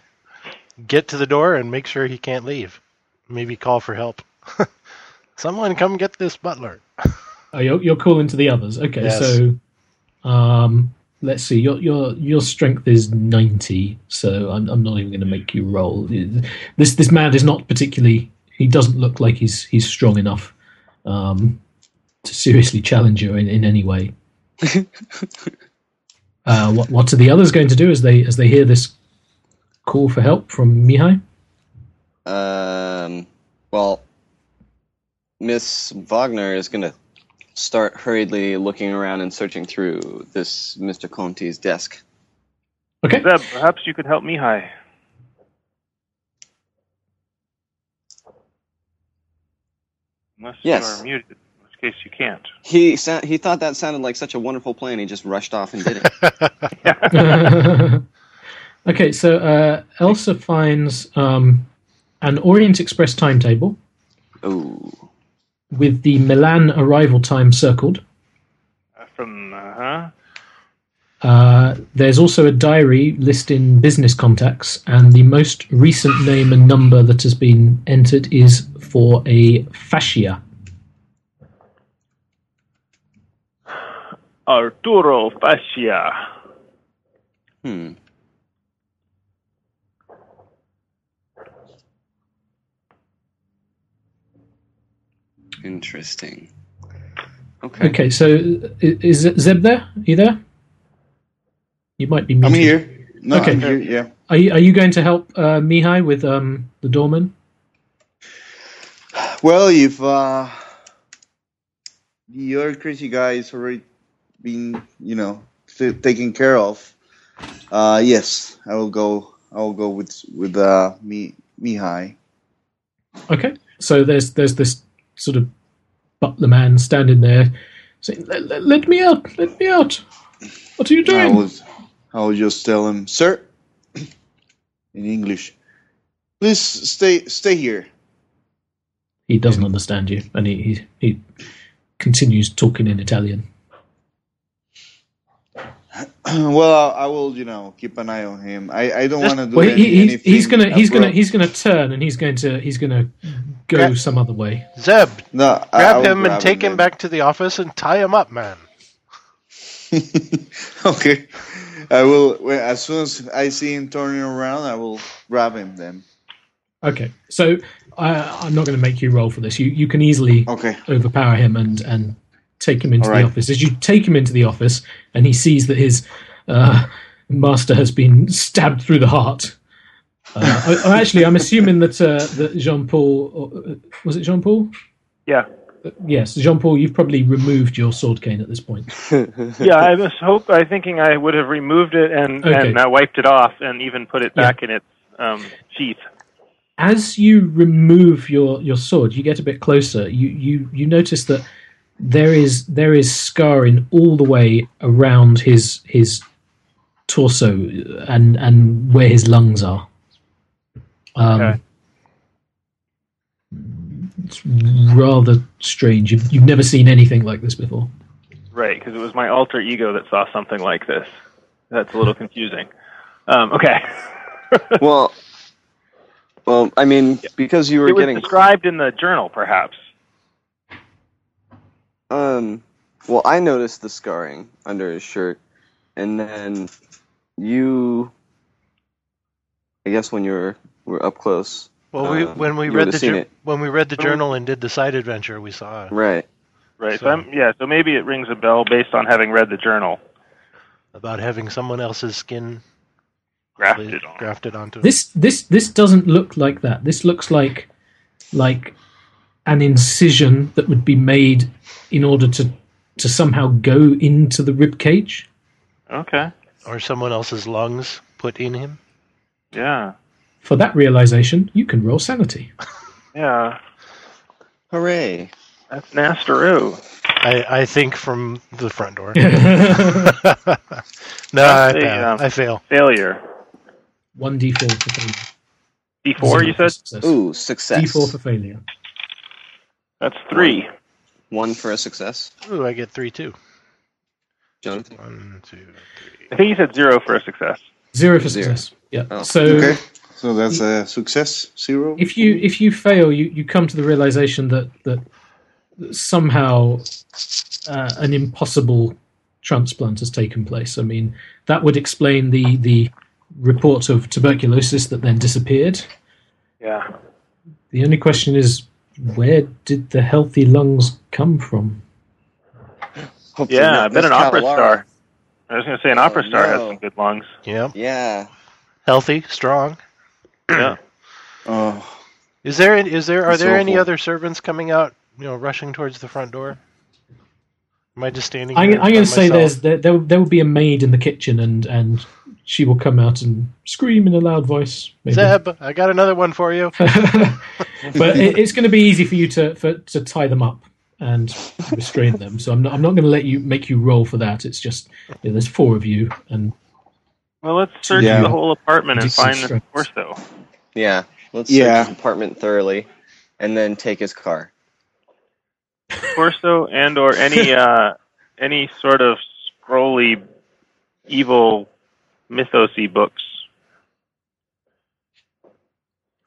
get to the door and make sure he can't leave. Maybe call for help. Someone come get this butler.
Oh, you're, you're calling to the others. Okay,
Yes.
so, um, let's see. Your your your strength is ninety, so I'm I'm not even going to make you roll. This this man is not particularly. He doesn't look like he's he's strong enough, um, to seriously challenge you in, in any way. Uh, what what are the others going to do as they as they hear this call for help from Mihai?
Um, well, Miss Wagner is going to start hurriedly looking around and searching through this Mr. Conti's desk.
Okay.
Zeb, perhaps you could help Mihai. Unless
Yes.
you are muted, in which case you can't.
He sa- he thought that sounded like such a wonderful plan. He just rushed off and did it.
okay, so uh, Elsa finds um, an Orient Express timetable
Ooh.
with the Milan arrival time circled.
Uh, from, uh huh.
Uh, there's also a diary listing business contacts, and the most recent name and number that has been entered is for a fascia.
Arturo Fascia.
Hmm. Interesting. Okay.
Okay, so i- is Zeb there? Are you there? You might be.
I'm
Muted.
here. No,
Okay.
I'm here. Yeah.
Are you, are you going to help uh, Mihai with um, the doorman?
Well, if uh, the other crazy guy is already been, you know, t- taken care of, uh, yes, I will go. I will go with with uh, me Mihai.
Okay. So there's there's this sort of butler man standing there saying, "Let, let, let me out! Let me out! What are you
I
doing?"
will. I will just tell him, sir, in English. Please stay stay here.
He doesn't understand you, and he, he he continues talking in Italian.
well, I, I will, you know, keep an eye on him. I, I don't want to do
well,
any,
he, he, he's,
anything.
he's gonna he's gonna
abrupt.
he's gonna turn and he's going to he's gonna go
Yeah.
some other way.
Zeb,
No, I-
Uh,
I
grab
will
him and
grab
take him
then.
back to the office and tie him up, man.
okay. I will. well, As soon as I see him turning around, I will grab him then.
Okay, so I, I'm not going to make you roll for this. You you can easily
Okay.
overpower him and and take him into
All right.
the office. As you take him into the office, and he sees that his uh, master has been stabbed through the heart. Uh, I- I, actually, I'm assuming that uh, that Jean Paul was it Jean Paul?
Yeah.
Yes, Jean Paul. You've probably removed your sword cane at this point.
yeah, I was hope I thinking I would have removed it and
Okay.
and uh, wiped it off and even put it
Yeah.
back in its um, sheath.
As you remove your, your sword, you get a bit closer. You, you you notice that there is there is scarring all the way around his his torso and and where his lungs are. Um,
Okay.
It's rather strange. You've, you've never seen anything like this before.
Right, because it was my alter ego that saw something like this. That's a little confusing. Um, okay,
well, well, I mean, because you were
it was
getting
described in the journal, perhaps.
um, well, I noticed the scarring under his shirt, and then you, I guess when you were were up close,
Well, we,
Um,
when we
you
read
would've
the
seen
jour-
it.
when we read the
When we-
journal and did the side adventure, we saw
right?
Right. So,
So-
I'm, yeah. So maybe it rings a bell based on having read the journal
about having someone else's skin
grafted on.
grafted onto him.
This this this doesn't look like that. This looks like like an incision that would be made in order to to somehow go into the rib cage.
Okay.
or someone else's lungs put in him.
Yeah.
For that realization, you can roll sanity.
Yeah.
Hooray!
That's Nastaroo.
I, I think from the front door. no, I,
I'd say,
fail.
um,
I fail.
Failure.
One d four for failure.
D four. You said
said.
Ooh, success.
D four for failure.
that's three.
One for a success,
Ooh, I get three too.
Jonathan.
One, two.
I think you said zero for a success.
Zero for
Zero.
success. Yeah.
Oh,
so
Okay. So that's a success. Zero.
if you if you fail, you, you come to the realization that that somehow uh, an impossible transplant has taken place. I mean, that would explain the the report of tuberculosis that then disappeared.
Yeah.
The only question is, where did the healthy lungs come from?
Hopefully
Yeah.
not
I've been an
Miss
opera
Cavalara.
star. I was going to say an
Oh,
opera star has
no.
some good lungs.
Yeah,
Yeah.
healthy, strong.
yeah.
Oh,
Is there any, is there are
It's
there any
awful.
other servants coming out? You know, rushing towards the front door. Am I just standing?
I'm,
here
I'm going to
by
say
myself?
there's there, there there will be a maid in the kitchen and and she will come out and scream in a loud voice. Maybe.
Zeb. I got another one for you.
but it, it's going to be easy for you to for, to tie them up and restrain them. So I'm not I'm not going to let you make you roll for that. It's just you know, there's four of you and
Well, let's search
Yeah.
the whole apartment and
Decent
find this
strength.
horse, though.
Yeah. Let's
Yeah.
search his apartment thoroughly and then take his car.
Torso and or any uh, any sort of scrolly, evil, mythosy books.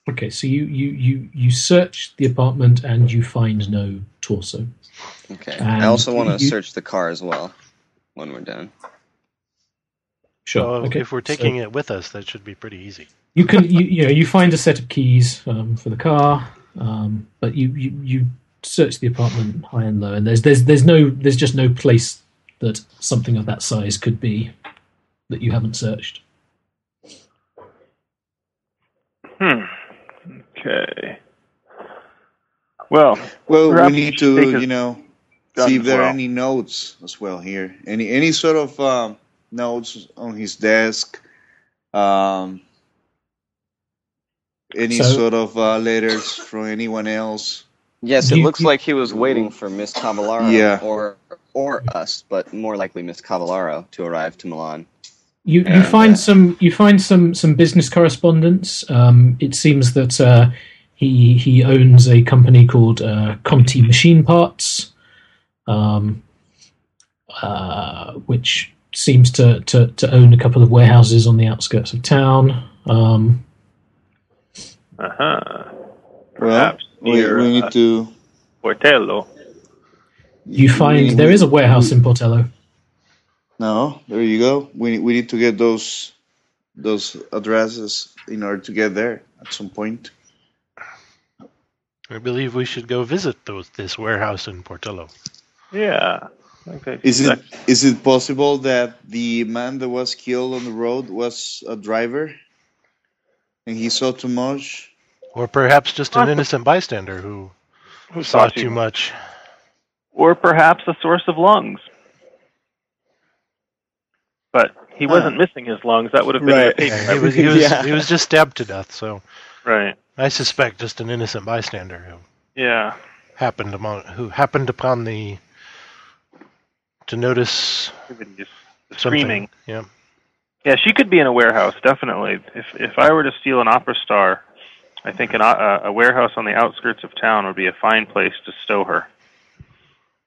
okay. So you you you you search the apartment and you find no torso.
Okay.
And
I also want to
Um, you-
search the car as well when we're done.
Sure.
So
okay.
if we're
So-
taking it with us, that should be pretty easy.
you can you, you know you find a set of keys um, for the car um, but you, you you search the apartment high and low and there's there's there's no there's just no place that something of that size could be that you haven't searched
Hmm. Okay. Well,
well,
Perhaps
we need
you
to,
think
you know,
done
see if there are
well.
any notes as well here. Any any sort of um, notes on his desk. Um, any
So-
sort of uh, letters from anyone else.
Yes, it
You-
looks
you-
like he was waiting for Miss Cavallaro
Yeah.
or or us, but more likely Miss Cavallaro to arrive to Milan.
you you
And,
find
uh,
some you find some some business correspondence um, it seems that uh, he he owns a company called uh, Comte Machine Parts um, uh, which seems to, to, to own a couple of warehouses on the outskirts of town. Um,
uh huh.
Well,
Perhaps
we,
near
we need
uh,
to.
Portello.
you find
we-
there is a warehouse in Portello.
No, there you go. We we need to get those those addresses in order to get there at some point.
I believe we should go visit those, this warehouse in Portillo.
Yeah. Okay.
Is it is it possible that the man that was killed on the road was a driver, and he saw too much?
Or perhaps just an
Possibly.
innocent bystander who
Who
saw
taught you?
too much.
or perhaps a source of lungs. But he wasn't missing his lungs. That would have been
Right.
irritating.
Yeah, he was, he was,
Yeah.
he was just stabbed to death, so
right.
I suspect just an innocent bystander who
Yeah.
happened among who happened upon the to notice
Activities. The
something.
Screaming.
Yeah.
Yeah, she could be in a warehouse, definitely. If if I were to steal an opera star, I think an, o- uh, a warehouse on the outskirts of town would be a fine place to stow her.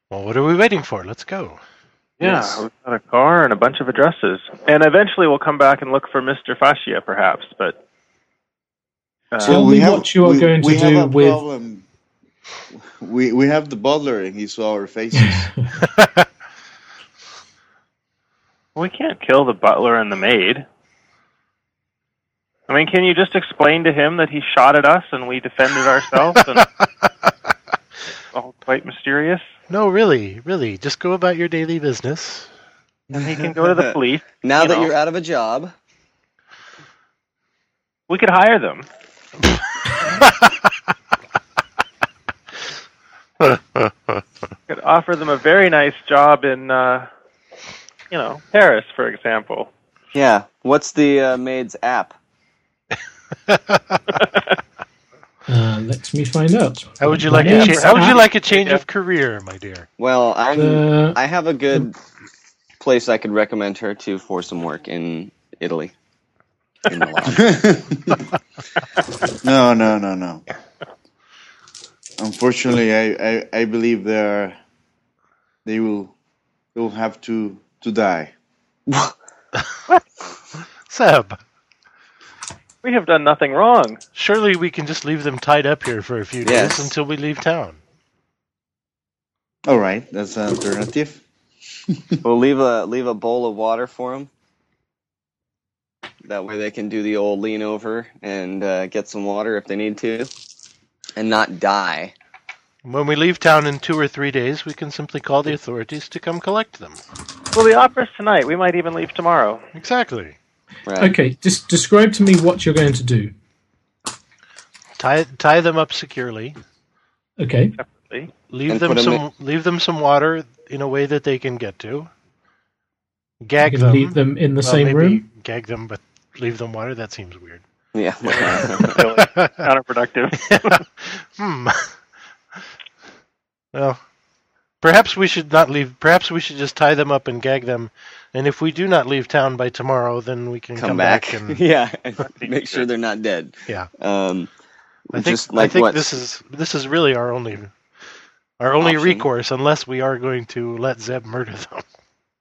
Well, what are we waiting for? Let's go.
Yeah,
Yes.
we've got a car and a bunch of addresses, and eventually we'll come back and look for Mister Fascia, perhaps. But uh,
So- Tell me what you are going to
we have
do
a
with-
Problem. We we have the butler, and he saw our faces.
we can't kill the butler and the maid. I mean, can you just explain to him that he shot at us and we defended ourselves? and it's all quite mysterious.
no, really, really, just go about your daily business.
And he can go to the police.
Now
You
that
know.
you're out of a job,
We could hire them. could offer them a very nice job in, uh, you know, Paris, for example.
yeah. What's the uh, maid's app?
Uh, let me find out.
How would you like
Yeah,
a cha- how would you like a change
Yeah.
of career, my dear?
Well, I'm
Uh,
I have a good place I could recommend her to for some work in Italy. In Milan.
no, no, no, no. Unfortunately, I, I, I believe they are, they will they will have to to die.
Seb,
We have done nothing wrong.
surely we can just leave them tied up here for a few
Yes.
days until we leave town.
All right, that's an alternative.
we'll leave a leave a bowl of water for them. That way they can do the old lean over and uh, get some water if they need to, and not die.
When we leave town in two or three days, we can simply call the authorities to come collect them.
Well, the opera's tonight. We might even leave tomorrow.
Exactly.
Right.
Okay, just describe to me what you're going to do.
Tie tie them up securely.
Okay,
See?
Leave
And
them
put 'em
some leave them some water in a way that they can get to. Gag
you
them.
leave them in the
Well,
same
maybe
room.
Gag them, but leave them water. That seems weird.
Yeah.
Really counterproductive.
hmm. Well, perhaps we should not leave. Perhaps we should just tie them up and gag them. And if we do not leave town by tomorrow, then we can
Come, back.
and
yeah. Make sure they're not dead.
Yeah.
Um,
I think
just like
I think
what?
this is this is really our only our only
Option.
recourse, unless we are going to let Zeb murder them.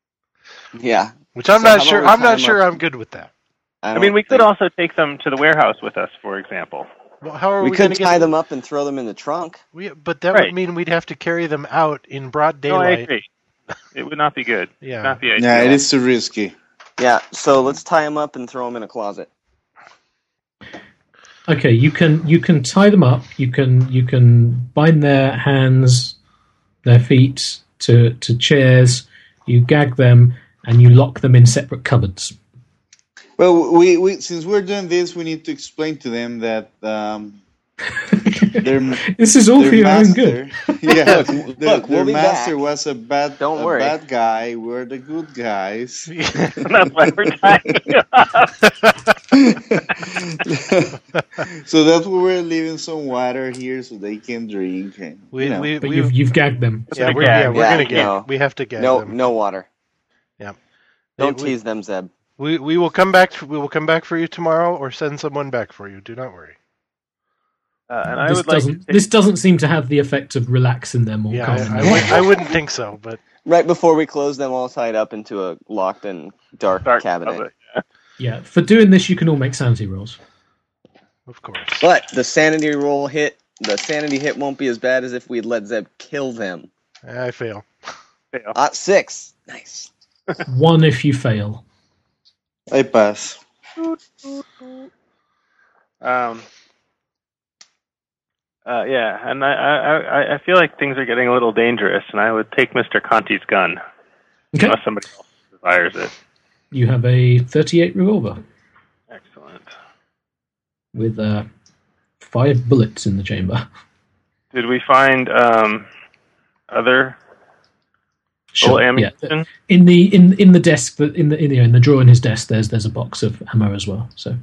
yeah.
Which I'm
So how
not
about
sure.
we
I'm
tie
not
them
sure.
up?
I'm good with that.
I,
I mean,
don't
we could
think-
also take them to the warehouse with us, for example.
Well, how are we,
We
going
could
to
tie
get?
them up and throw them in the trunk.
We, but that
Right.
would mean we'd have to carry them out in broad
No, I
daylight.
agree. It would not be good.
yeah.
Not the idea.
Yeah, it is too risky.
Yeah. So let's tie them up and throw them in a closet.
Okay, you can you can tie them up. You can you can bind their hands, their feet to to chairs. You gag them and you lock them in separate cupboards.
Well, we, we since we're doing this, we need to explain to them that um, their
This is all
their
for your
master,
own good.
yeah,
Look,
their,
look,
their
we'll be
master
back.
was a bad
Don't
a
worry.
bad guy. We're the good guys.
That's why we're tying up.
so that's why we're leaving some water here so they can drink. And,
we,
you know.
we,
But
we,
you've you've gagged them.
yeah,
Gonna
we're,
gag.
yeah, we're
Yeah,
gonna get.
no.
We have to gag
no,
them.
no water.
They-
Don't
we-
tease them, Zeb.
We we will come back. We will come back for you tomorrow, or send someone back for you. Do not worry.
Uh, and I
this
would like to
doesn't
take
this doesn't seem to have the effect of relaxing them or
yeah,
calming
I, I,
them.
would, I wouldn't think so, but
Right before we close them all tied up into a locked and dark,
dark
cabinet.
cover.
Yeah, for doing this, you can all make sanity rolls.
of course.
But the sanity roll hit. The sanity hit won't be as bad as if we'd let Zeb kill them.
I fail.
Fail.
Ah, six. Nice.
One if you fail.
I pass.
Um, uh, yeah, and I, I, I- I feel like things are getting a little dangerous, and I would take Mr. Conti's gun
Okay,
unless somebody else desires it.
you have a thirty-eight revolver
Excellent.
with uh, five bullets in the chamber.
Did we find um, other
Sure,
full
yeah.
ammunition?
In the in in the desk that in the in, the in the drawer in his desk, there's there's a box of ammo as well. So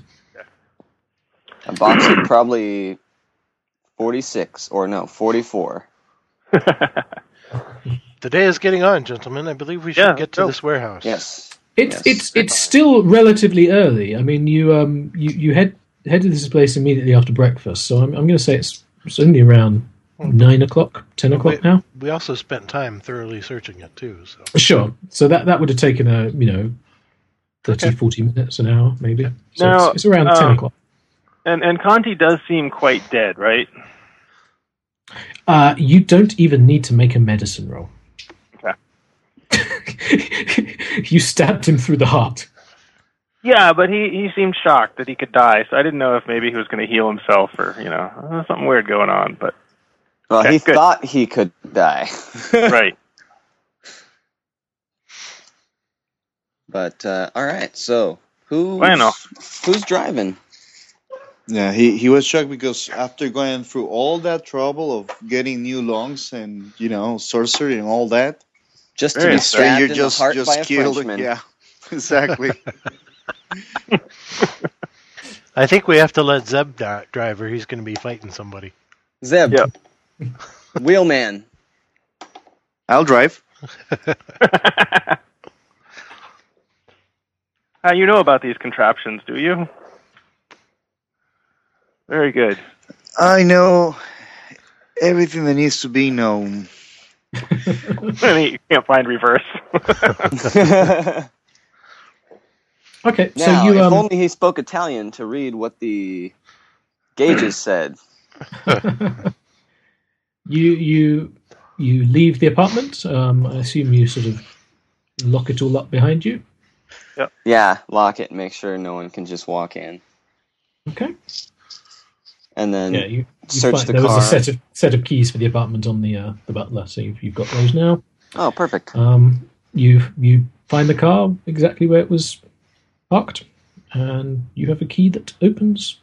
A box of probably forty-six or no, forty-four.
The day is getting on, gentlemen. I believe we should
Yeah,
get to
go.
this warehouse.
Yes.
it's
Yes,
it's it's still relatively early. I mean, you um you you head head to this place immediately after breakfast. So I'm I'm going to say it's it's only around
Hmm.
nine o'clock, ten o'clock
wait.
now.
We also spent time thoroughly searching it too. So
Sure. So that, that would have taken a you know 30, 40 minutes, an hour, maybe. So
Now,
it's, it's around ten
um,
o'clock.
And and Conti does seem quite dead, right?
Uh, you don't even need to make a medicine roll.
Okay.
you stabbed him through the heart.
Yeah, but he he seemed shocked that he could die, so I didn't know if maybe he was going to heal himself or you know uh, something weird going on. But
Well,
Okay,
he
good.
thought he could die,
right,
but uh, all right. So who?
Bueno.
Who's driving?
Yeah, he, he was shocked because after going through all that trouble of getting new lungs and you know sorcery and all that,
Just to
Very
be
nice.
stabbed
stranger
in the heart by a Frenchman.
Yeah, exactly.
I think we have to let Zeb di- drive, or he's going to be fighting somebody.
Zeb.
Yep.
Wheelman.
I'll drive.
Uh, you know about these contraptions, do you? Very good.
I know everything that needs to be known.
you can't find reverse.
now,
Okay. so you
if
um
only he spoke Italian to read what the gauges said.
you you you leave the apartment. Um, I assume you sort of lock it all up behind you.
Yeah, lock it. and Make sure no one can just walk in,
Okay.
and then
Yeah. You, you
search
find
the
there was
car.
a set of set of keys for the apartment on the uh, the butler. So you've, you've got those now.
oh, perfect.
Um, you you find the car exactly where it was parked, and you have a key that opens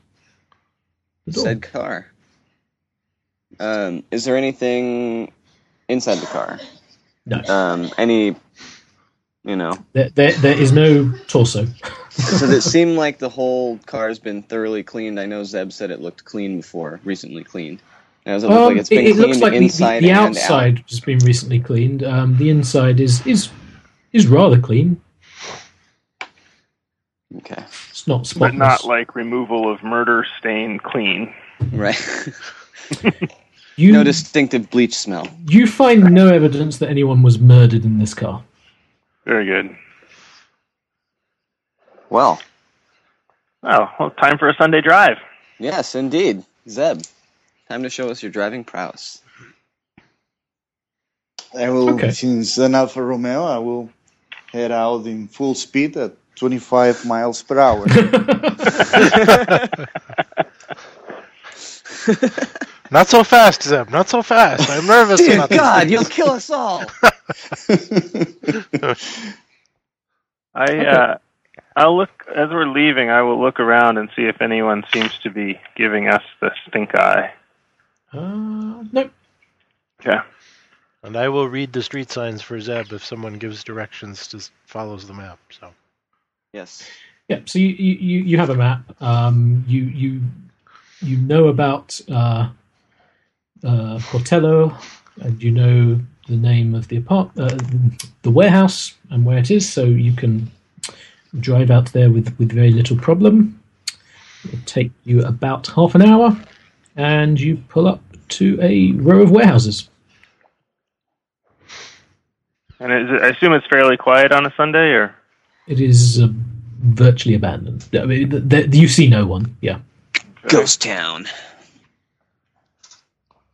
the door.
Said car. Um, is there anything inside the car?
no,
Um, any, you know?
there, there, there is no torso.
Does it seem like the whole car's been thoroughly cleaned? I know Zeb said it looked clean before, recently cleaned. Now, does it look
Um,
like it's been
it, it
cleaned
looks like the-
inside
the, the
and out?
outside has been recently cleaned. Um, the inside is is is rather clean.
Okay,
It's not
but
spotless.
not like removal of murder stain clean.
right.
you
no distinctive bleach smell.
you find no evidence that anyone was murdered in this car.
Very good.
Well,
Oh, well, time for a Sunday drive.
yes, indeed, Zeb. Time to show us your driving prowess.
I will,
Okay.
since an Alfa Romeo, I will head out in full speed at 25 miles per hour.
Not so fast, Zeb. Not so fast. I'm nervous
Dear
about this
God,
thing.
you'll kill us all.
I uh, I'll look as we're leaving. I will look around and see if anyone seems to be giving us the stink eye.
Uh, no,
Okay.
And I will read the street signs for Zeb if someone gives directions to follows the map. So
yes.
yeah. So you you, you- you have a map. Um, you you you know about uh, uh, Portello, and you know the name of the apart uh, the warehouse and where it is, so you can drive out there with with very little problem. It'll take you about half an hour, and you pull up to a row of warehouses.
And is it, I assume it's fairly quiet on a Sunday, or
It is uh, virtually abandoned. I mean, th- th- you see no one. Yeah.
Ghost town.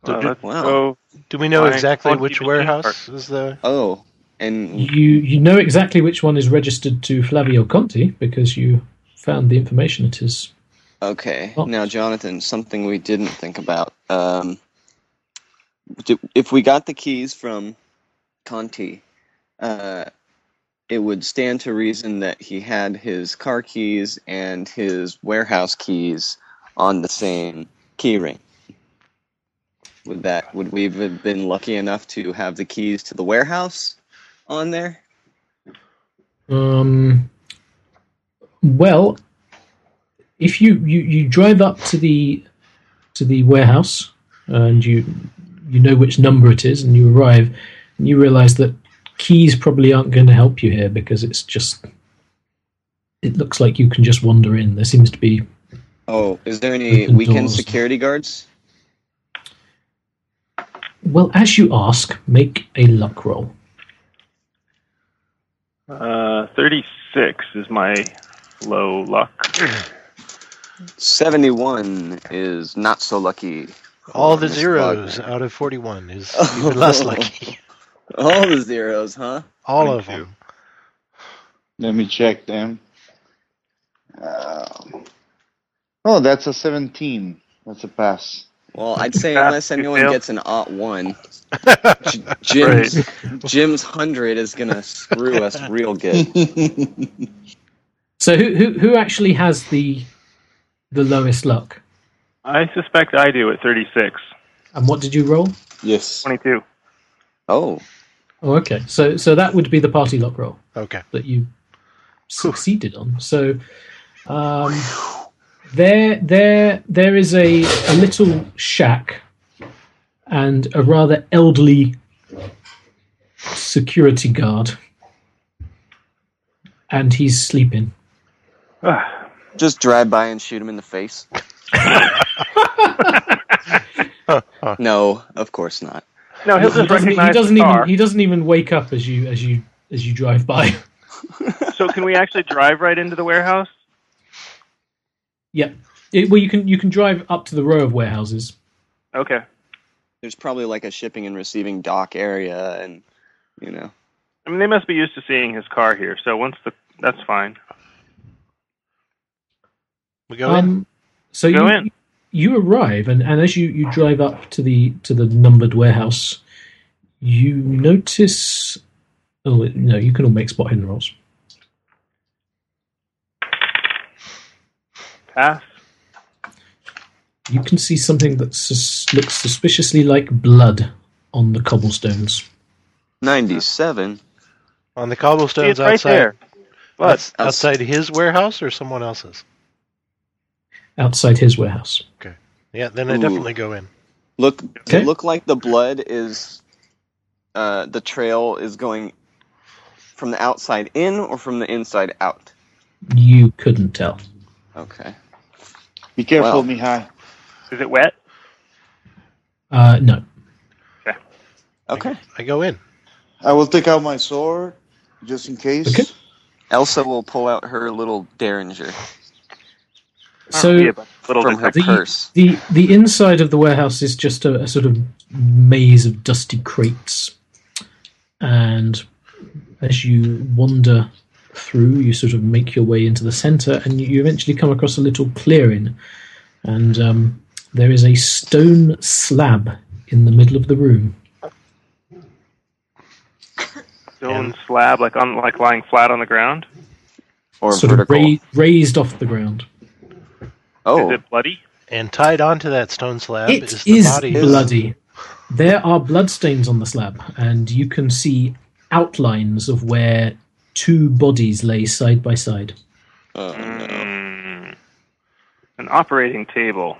Well, let's
Wow.
go.
do we know
Why-
exactly
why don't
which
you just
warehouse is the?
Oh, and
You you know exactly which one is registered to Flavio Conti because you found the information at his.
okay.
Oh.
Now, Jonathan, something we didn't think about. Um, d- if we got the keys from Conti, uh, it would stand to reason that he had his car keys and his warehouse keys on the same key ring. Would that would we have been lucky enough to have the keys to the warehouse on there?
Um, well, if you, you, you drive up to the to the warehouse and you you know which number it is and you arrive and you realise that keys probably aren't going to help you here because it's just it looks like you can just wander in. There seems to be
Oh, is there any
Open
weekend
doors.
security guards?
well as you ask, make a luck roll.
Uh, Thirty-six is my low luck.
71 is not so lucky.
All
Oh,
the
Miss
zeros
Wagner.
out of forty-one is even less lucky.
All the zeros, huh?
All of
Thank you.
them.
Let me check them. Uh, oh, that's a 17. That's a pass.
Well, I'd say
Yeah,
unless
you
anyone
fail.
gets an ot one, J- Jim's Jim's hundred is gonna screw us real good.
So who who, who actually has the the lowest luck?
I suspect I do at 36.
And what did you roll?
yes.
22.
Oh,
Oh, okay. So so that would be the party luck roll
Okay.
that you succeeded on. So um, there there there is a, a little shack and a rather elderly security guard, and he's sleeping.
Ah,
just drive by and shoot him in the face. no, of course not.
no, Oh, he'll
He
just
doesn't, e-, he
recognize
doesn't
the
even
car.
he doesn't even wake up as you as you as you drive by.
So can we actually drive right into the warehouse?
Yep. It, well, you can you can drive up to the row of warehouses.
Okay.
There's probably like a shipping and receiving dock area, and you know,
I mean, they must be used to seeing his car here. So once the that's fine.
We go in.
um, so
Go
you
in.
you arrive, and, and as you, you drive up to the to the numbered warehouse, you notice Oh, it- no, you can all make spot hidden rolls.
Pass.
You can see something that sus- looks suspiciously like blood on the cobblestones.
97.
On the
See,
cobblestones
it's right
outside,
there. Blood.
outs- outside his warehouse or someone else's.
outside his warehouse.
Yeah, then I
Ooh.
definitely go in.
Look,
Okay.
look like the blood is, uh, the trail is going from the outside in or from the inside out.
You couldn't tell.
Okay.
Be careful,
Wow.
Mihai.
Is it wet?
Uh, no.
Okay.
I go in.
I will take out my sword just in case.
Okay.
Elsa will pull out her little derringer
Aren't
So
we about a little
from her
detective?
The-
purse.
the the inside of the warehouse is just a, a sort of maze of dusty crates, and as you wander through, you sort of make your way into the centre, and you eventually come across a little clearing, and um, there is a stone slab in the middle of the room.
stone slab, like on like lying flat on the ground.
Or
sort
vertical.
of ra- raised off the ground.
oh,
Is it bloody?
And tied onto that stone slab
It
is
is,
the body.
bloody. There are bloodstains on the slab, and you can see outlines of where two bodies lay side by side.
oh no.
Mm. An operating table.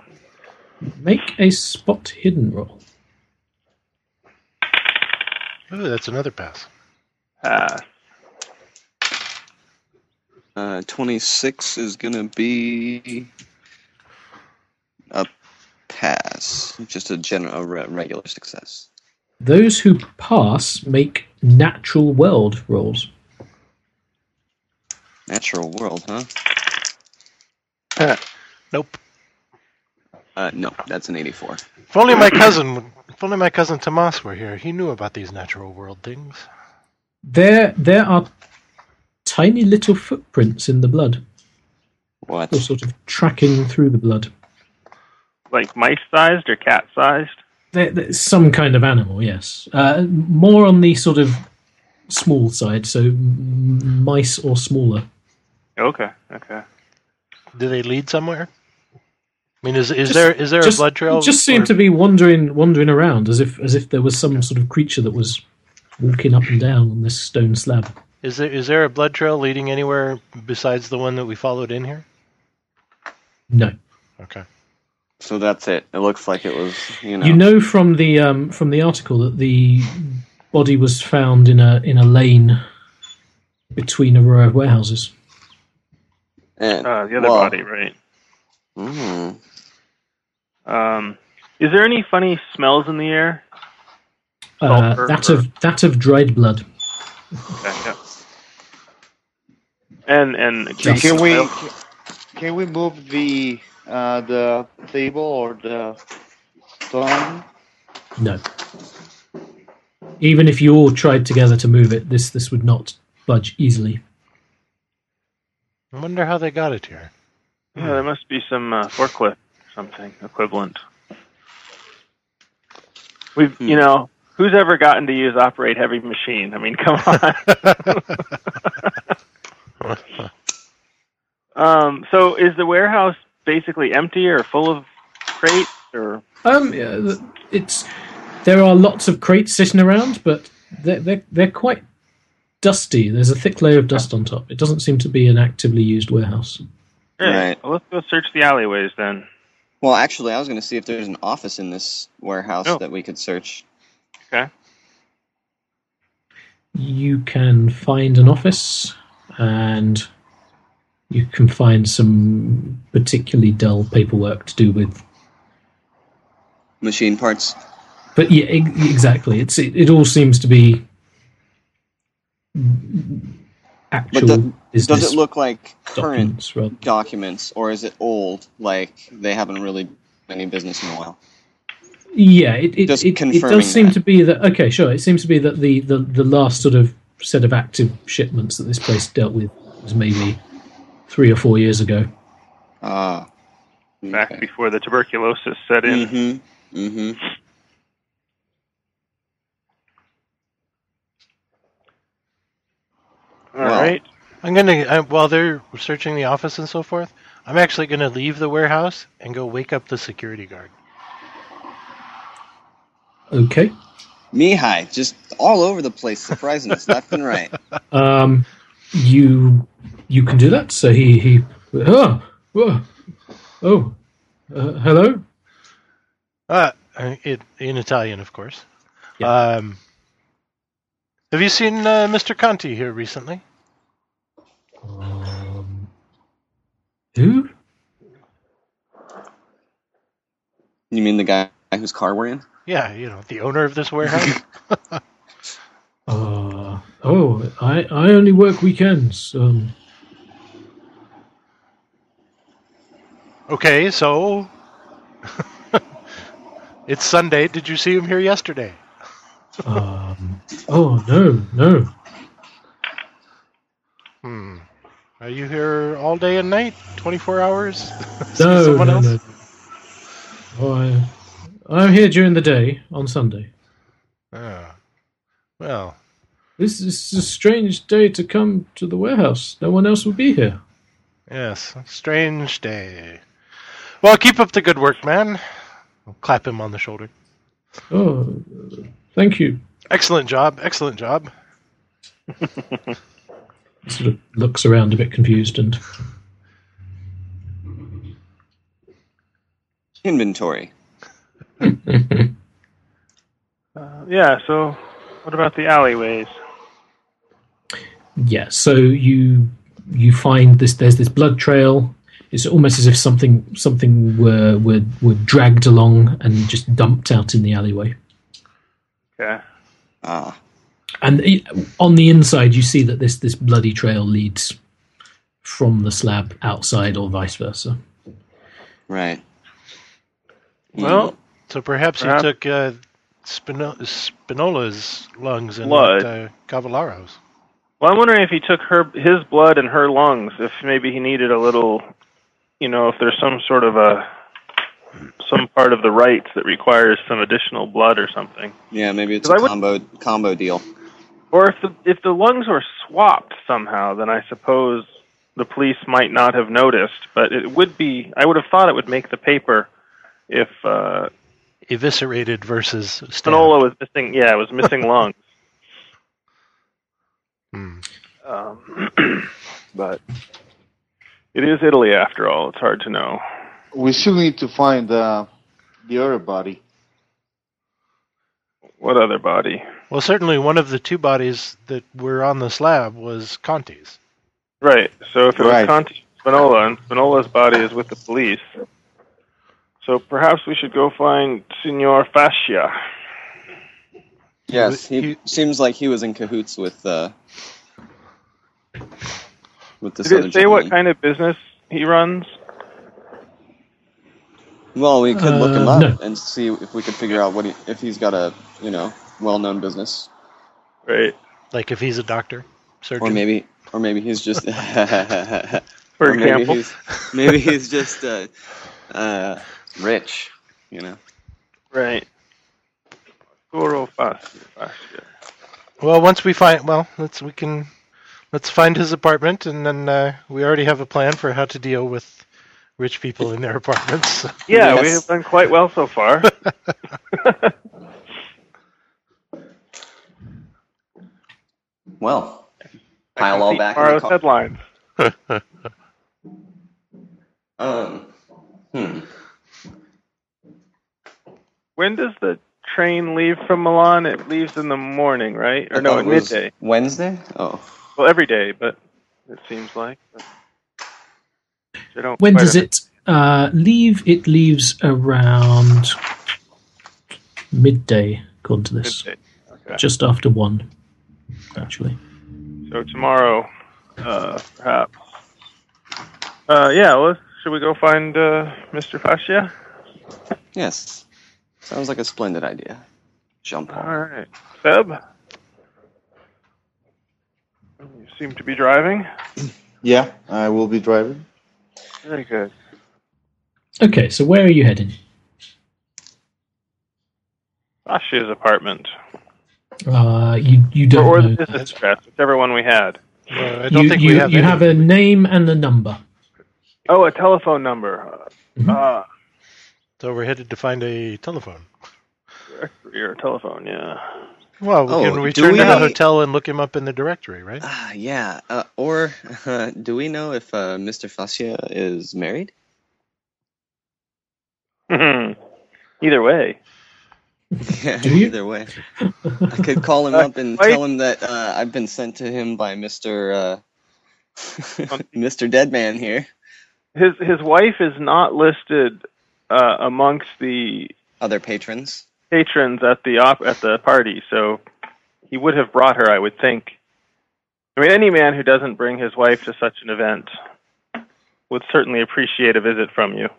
Make a spot hidden roll.
Ooh, that's another pass.
Pass.
Uh, 26 is going to be a pass, just a, gen- a re- regular success.
Those who pass make natural world rolls.
Natural world, huh?
Nope.
Uh, no, that's an 84.
If only my cousin, would- if only my cousin Tomas were here, he knew about these natural world things.
There, there are tiny little footprints in the blood,
What?
or sort of tracking through the blood.
Like mice sized or cat sized?
There- there's some kind of animal, yes. Uh, more on the sort of small side, so m- mice or smaller.
Okay. Okay.
Do they lead somewhere? I mean, is is there is there
just,
a blood trail?
Just seemed
or-
to be wandering, wandering around as if as if there was some sort of creature that was walking up and down on this stone slab.
Is there is there a blood trail leading anywhere besides the one that we followed in here?
No,
Okay.
So that's it. It looks like it was, you know.
you know from the um, from the article that the body was found in a in a lane between a row of warehouses.
and-
Uh, the other
well,
body, right?
mm,
Um, is there any funny smells in the air?
Uh,
Sulfur
that
or-
of that of dried blood.
Okay, yeah. And and
Just-
Can we
oil.
can we move the uh, the table or the stone?
No. Even if you all tried together to move it, this this would not budge easily.
I wonder how they got it here.
Yeah, there must be some uh, forklift, or something equivalent. We've,
Hmm.
you know, who's ever gotten to use operate heavy machine? I mean, come on. um, so is the warehouse basically empty or full of crates or?
Um, yeah, th- it's there are lots of crates sitting around, but they're they're, they're quite dusty. There's a thick layer of dust on top. It doesn't seem to be an actively used warehouse.
Right.
Well, let's go search the alleyways then.
Well, actually, I was going to see if there's an office in this warehouse
No.
that we could search.
You can find an office, and you can find some particularly dull paperwork to do with.
Machine parts.
But yeah, e- exactly. It's it, it all seems to be actual
do-
business
Does it look like current
documents rather.
documents, or is it old? Like they haven't really done any business in a while.
Yeah, it it,
Just
it, it
confirming
does seem
that.
to be that. Okay, sure. It seems to be that the, the, the last sort of set of active shipments that this place dealt with was maybe three or four years ago.
Ah.
Back before the tuberculosis set in.
Mm-hmm. Mm-hmm.
I'm gonna I, while they're searching the office and so forth. I'm actually gonna leave the warehouse and go wake up the security guard.
Okay.
Mihai, just all over the place, surprising us left and right.
Um, you you can do that. So he he. Oh, whoa, oh, uh, hello.
Uh, it, in Italian, of course.
Yeah.
Um, have you seen uh, Mr. Conti here recently?
Um, who?
You mean the guy whose car we're in?
Yeah, you know, the owner of this warehouse.
Uh, oh, I I only work weekends. Um,
okay, so it's Sunday. Did you see him here yesterday?
um, oh no, no.
Hmm. Are you here all day and night, 24 hours? See
no, no, no. Oh, I, I'm here during the day on Sunday.
Ah. well,
This is a strange day to come to the warehouse. No one else will be here.
yes, strange day. Well, keep up the good work, man. I'll clap him on the shoulder.
Oh, thank you.
Excellent job, excellent job.
He Sort of looks around a bit confused and
Inventory.
Uh, yeah. So, what about the alleyways?
yeah. So you you find this. There's this blood trail. It's almost as if something something were were were dragged along and just dumped out in the alleyway.
Okay.
Ah,
And i- on the inside, you see that this this bloody trail leads from the slab outside, or vice versa.
right.
Well,
So perhaps you
Perhaps-
took uh, Spino- Spinola's lungs and
Blood.
not uh, Cavallara's.
Well, I'm wondering if he took her his blood and her lungs. If maybe he needed a little, you know, if there's some sort of a some part of the rites that requires some additional blood or something,
yeah, maybe it's
'Cause
a
I would-
combo combo deal.
or if the if the lungs were swapped somehow, then I suppose the police might not have noticed. But it would be. I would have thought it would make the paper if uh,
Eviscerated versus stabbed.
Spinola was missing. Yeah, was missing lungs.
Hmm.
Um, but it is Italy after all. It's hard to know.
We still need to find uh, the other body.
What other body?
Well, certainly one of the two bodies that were on the slab was Conti's.
Right. So if it
Right.
was Conti Spinola and Spinola's body is with the police, so perhaps we should go find Signor Fascia.
Yes, he
You-
seems like he was in cahoots with uh, with this
Did
other
it say what
gentleman.
kind of business he runs?
Well, we could look him
Uh,
up
no.
and see if we could figure out what he, if he's got a you know well-known business,
Right.
Like if he's a doctor, surgeon.
or maybe or maybe he's just
For
or maybe
example.
he's, maybe he's just uh, uh, rich, you know.
Right. Puro Fascia. Fascia.
Well, once we find, well, let's we can let's find his apartment, and then uh, we already have a plan for how to deal with rich people in their apartments.
Yeah, we
Yes.
have done quite well so far.
Well, pile all back in the
Tomorrow's
car.
headlines.
Um, hmm.
When does the train leave from Milan? It leaves in the morning, right? Or no,
Oh,
at
it was
midday.
Wednesday. Oh,
Well, every day, but it seems like. But I don't
When
quite
does it uh, leave? It leaves around midday, according to this.
understand. Okay.
Just after one, actually.
So tomorrow, uh, perhaps. Uh, yeah. Well, should we go find uh, Mr. Fascia?
yes. Sounds like a splendid idea. Jump on.
All right, Seb. You seem to be driving.
Yeah, I will be driving.
Very good.
Okay, so where are you heading?
Fascia's apartment,
Uh, you you
or,
don't
or the
know. Uh,
business address, whichever one we had.
Well, I don't
you
think
you,
we have
you
any.
have a name and a number.
Oh, a telephone number.
Mm-hmm.
Uh,
So we're headed to find a telephone.
your telephone, yeah.
Well,
Oh,
can we
do
turn to the
we-
hotel and look him up in the directory, right?
Ah, yeah. Uh, or uh, do we know if uh, Mr. Fascia is married?
Either way.
Yeah,
Do you?
either way. I could call him up and
Uh, Wait.
tell him that uh, I've been sent to him by Mr. Uh, Mr. Deadman here.
His his wife is not listed uh, amongst the
Other patrons.
patrons at the op- at the party, so he would have brought her, I would think. I mean, any man who doesn't bring his wife to such an event would certainly appreciate a visit from you.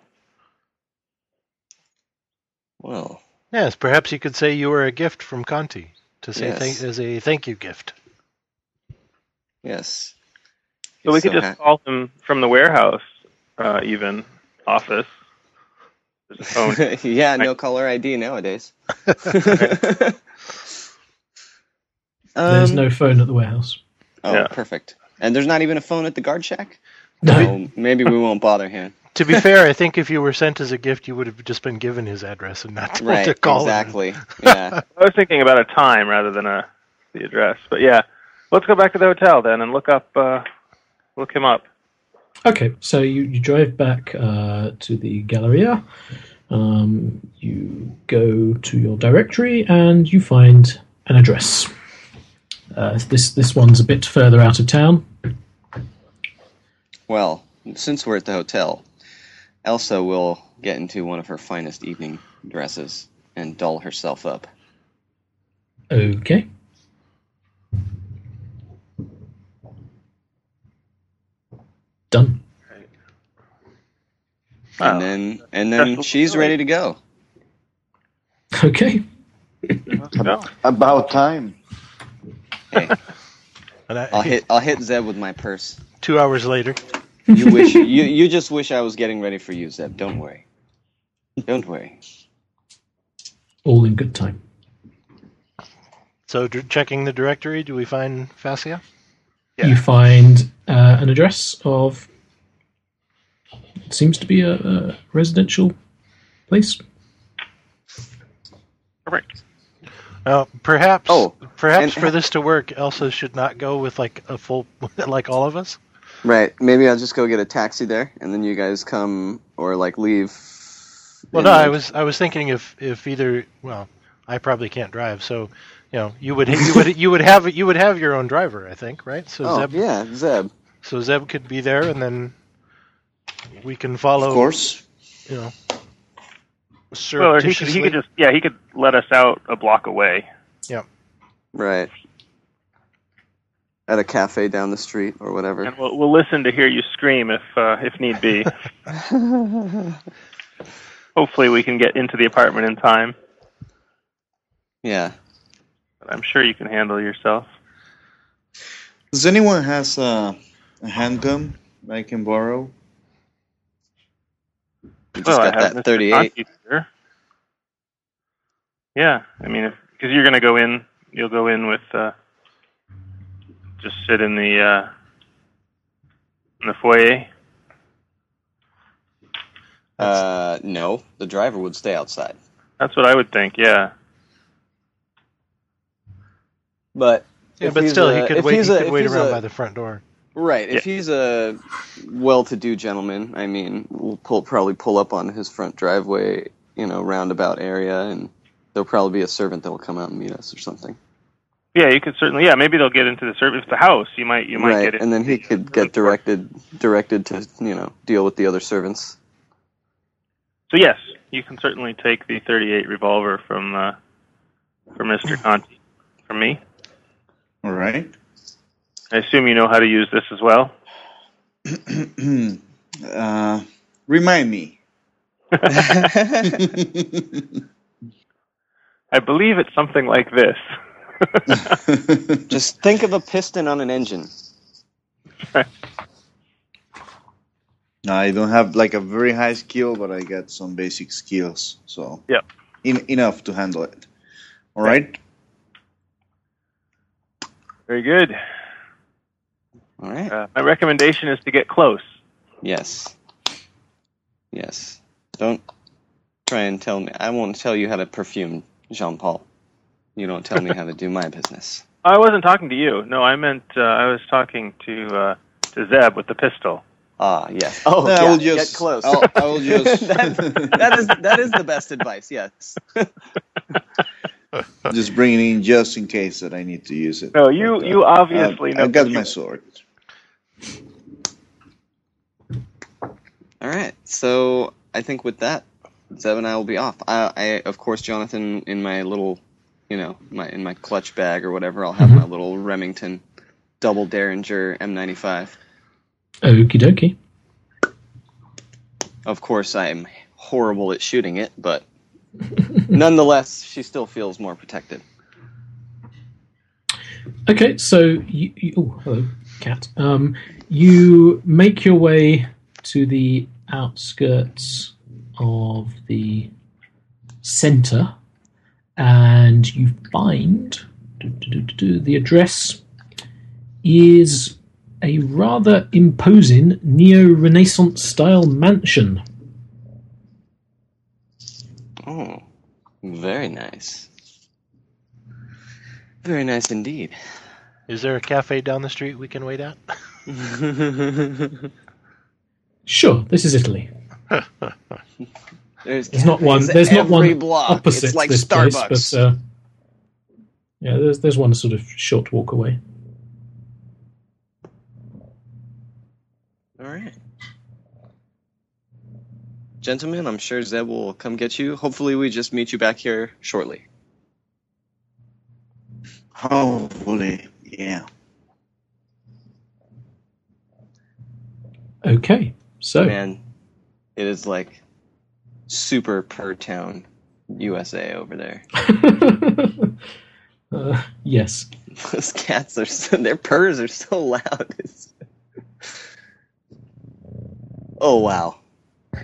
Well,
Yes, perhaps you could say you were a gift from Conti to say
Yes.
thank, as a thank you gift.
yes.
So we could
So
just
ha-
call him from the warehouse, uh, even office. There's a phone.
yeah, no caller ID nowadays.
There's
Um,
no phone at the warehouse.
Oh,
Yeah.
perfect. And there's not even a phone at the guard shack?
No,
Oh, maybe we won't bother him.
To be fair, I think if you were sent as a gift, you would have just been given his address and not told
Right,
to call him.
exactly. Yeah.
I was thinking about a time rather than a the address, but yeah, let's go back to the hotel then and look up uh, look him up.
Okay, so you, you drive back uh, to the Galleria, um, you go to your directory, and you find an address. Uh, this this one's a bit further out of town.
Well, since we're at the hotel, Elsa will get into one of her finest evening dresses and doll herself up.
Okay. Done.
Wow.
And then and then
Dress
she's
will-
ready to go.
Okay.
Let's go.
About time.
And I,
I'll hit I'll hit Zeb with my purse.
two hours later,
You wish you you just wish I was getting ready for you, Zeb. Don't worry. Don't worry.
All in good time.
so dr- checking the directory, do we find Fascia?
Yeah.
You find uh, an address of. It seems to be a, a residential place.
Perfect.
Uh, perhaps.
Oh,
perhaps
and-
for this to work, Elsa should not go with like a full, like all of us.
Right. Maybe I'll just go get a taxi there and then you guys come or like leave.
Well,
in,
no, I
like-
was I was thinking if if either well, I probably can't drive, so you know you would you would you would have you would have your own driver, I think, right? So
Oh,
Zeb
yeah, Zeb.
so Zeb could be there, and then we can follow.
Of course.
you know.
Well, or he could, he could just yeah he could let us out a block away.
Right. At a cafe down the street or whatever.
And we'll, we'll listen to hear you scream if uh, if need be. Hopefully, we can get into the apartment in time.
Yeah.
But I'm sure you can handle yourself.
Does anyone has a, a handgun I can borrow?
You just
well, I have
got
Mr.
that 38.
Conti here. Yeah, I mean, because you're going to go in, you'll go in with uh, just sit in the uh, in the foyer.
Uh, no, the driver would stay outside.
That's what I would think. Yeah,
But
yeah,
if
but
he's
still,
a-
he could
if
wait. He
he's a-
could
if
wait
he's
around
a-
by the front door.
right, if he's a well-to-do gentleman, I mean, we'll pull, probably pull up on his front driveway, you know, roundabout area, and there'll probably be a servant that will come out and meet us or something.
yeah, you could certainly. Yeah, maybe they'll get into the service, the house. You might, you might
right,
get it.
and then he could get directed directed to you know deal with the other servants.
So yes, you can certainly take the 38 revolver from uh, from Mr. Conti, from me.
All right.
I assume you know how to use this as well.
uh, remind me.
I believe it's something like this.
Just think of a piston on an engine.
I don't have like a very high skill, but I got some basic skills, so
Yep.
en- enough to handle it. All right.
Very good.
All right.
Uh, my recommendation is to get close.
Yes. Yes. Don't try and tell me. I won't tell you how to perfume Jean Paul. You don't tell me how to do my business.
I wasn't talking to you. No, I meant uh, I was talking to uh, to Zeb with the pistol.
Ah, yes. Oh,
I
yeah,
will just-
get close.
I'll- I will just-
that, that is that is the best advice. Yes.
Just bring it in just in case that I need to use it.
No, you
But,
you
uh,
obviously
I've,
know.
I've got my sword.
All right. So I think with that, Zeb and I will be off. I, I of course, Jonathan, in my little, you know, my in my clutch bag or whatever, I'll
Mm-hmm.
have my little Remington double Derringer M95.
Okie dokie.
Of course, I'm horrible at shooting it, but nonetheless, she still feels more protected.
Okay, so you, you oh hello, cat. Um, you make your way to the outskirts of the center, and you find do, do, do, do, do, the address is a rather imposing neo-Renaissance style mansion.
Oh, very nice. Very nice indeed.
Is there a cafe down the street we can wait at?
There's
Sure, this is Italy. There's not one.
cafes
There's not
every
one
block.
opposite
it's like
this
Starbucks.
place, but uh, yeah, there's there's one sort of short walk away.
All right. Gentlemen, I'm sure Zeb will come get you. Hopefully, we just meet you back here shortly.
Hopefully, yeah.
Okay, so
Man, it is like super per town USA over there.
uh, yes,
Those cats are so, their purrs are so loud. It's... Oh wow! All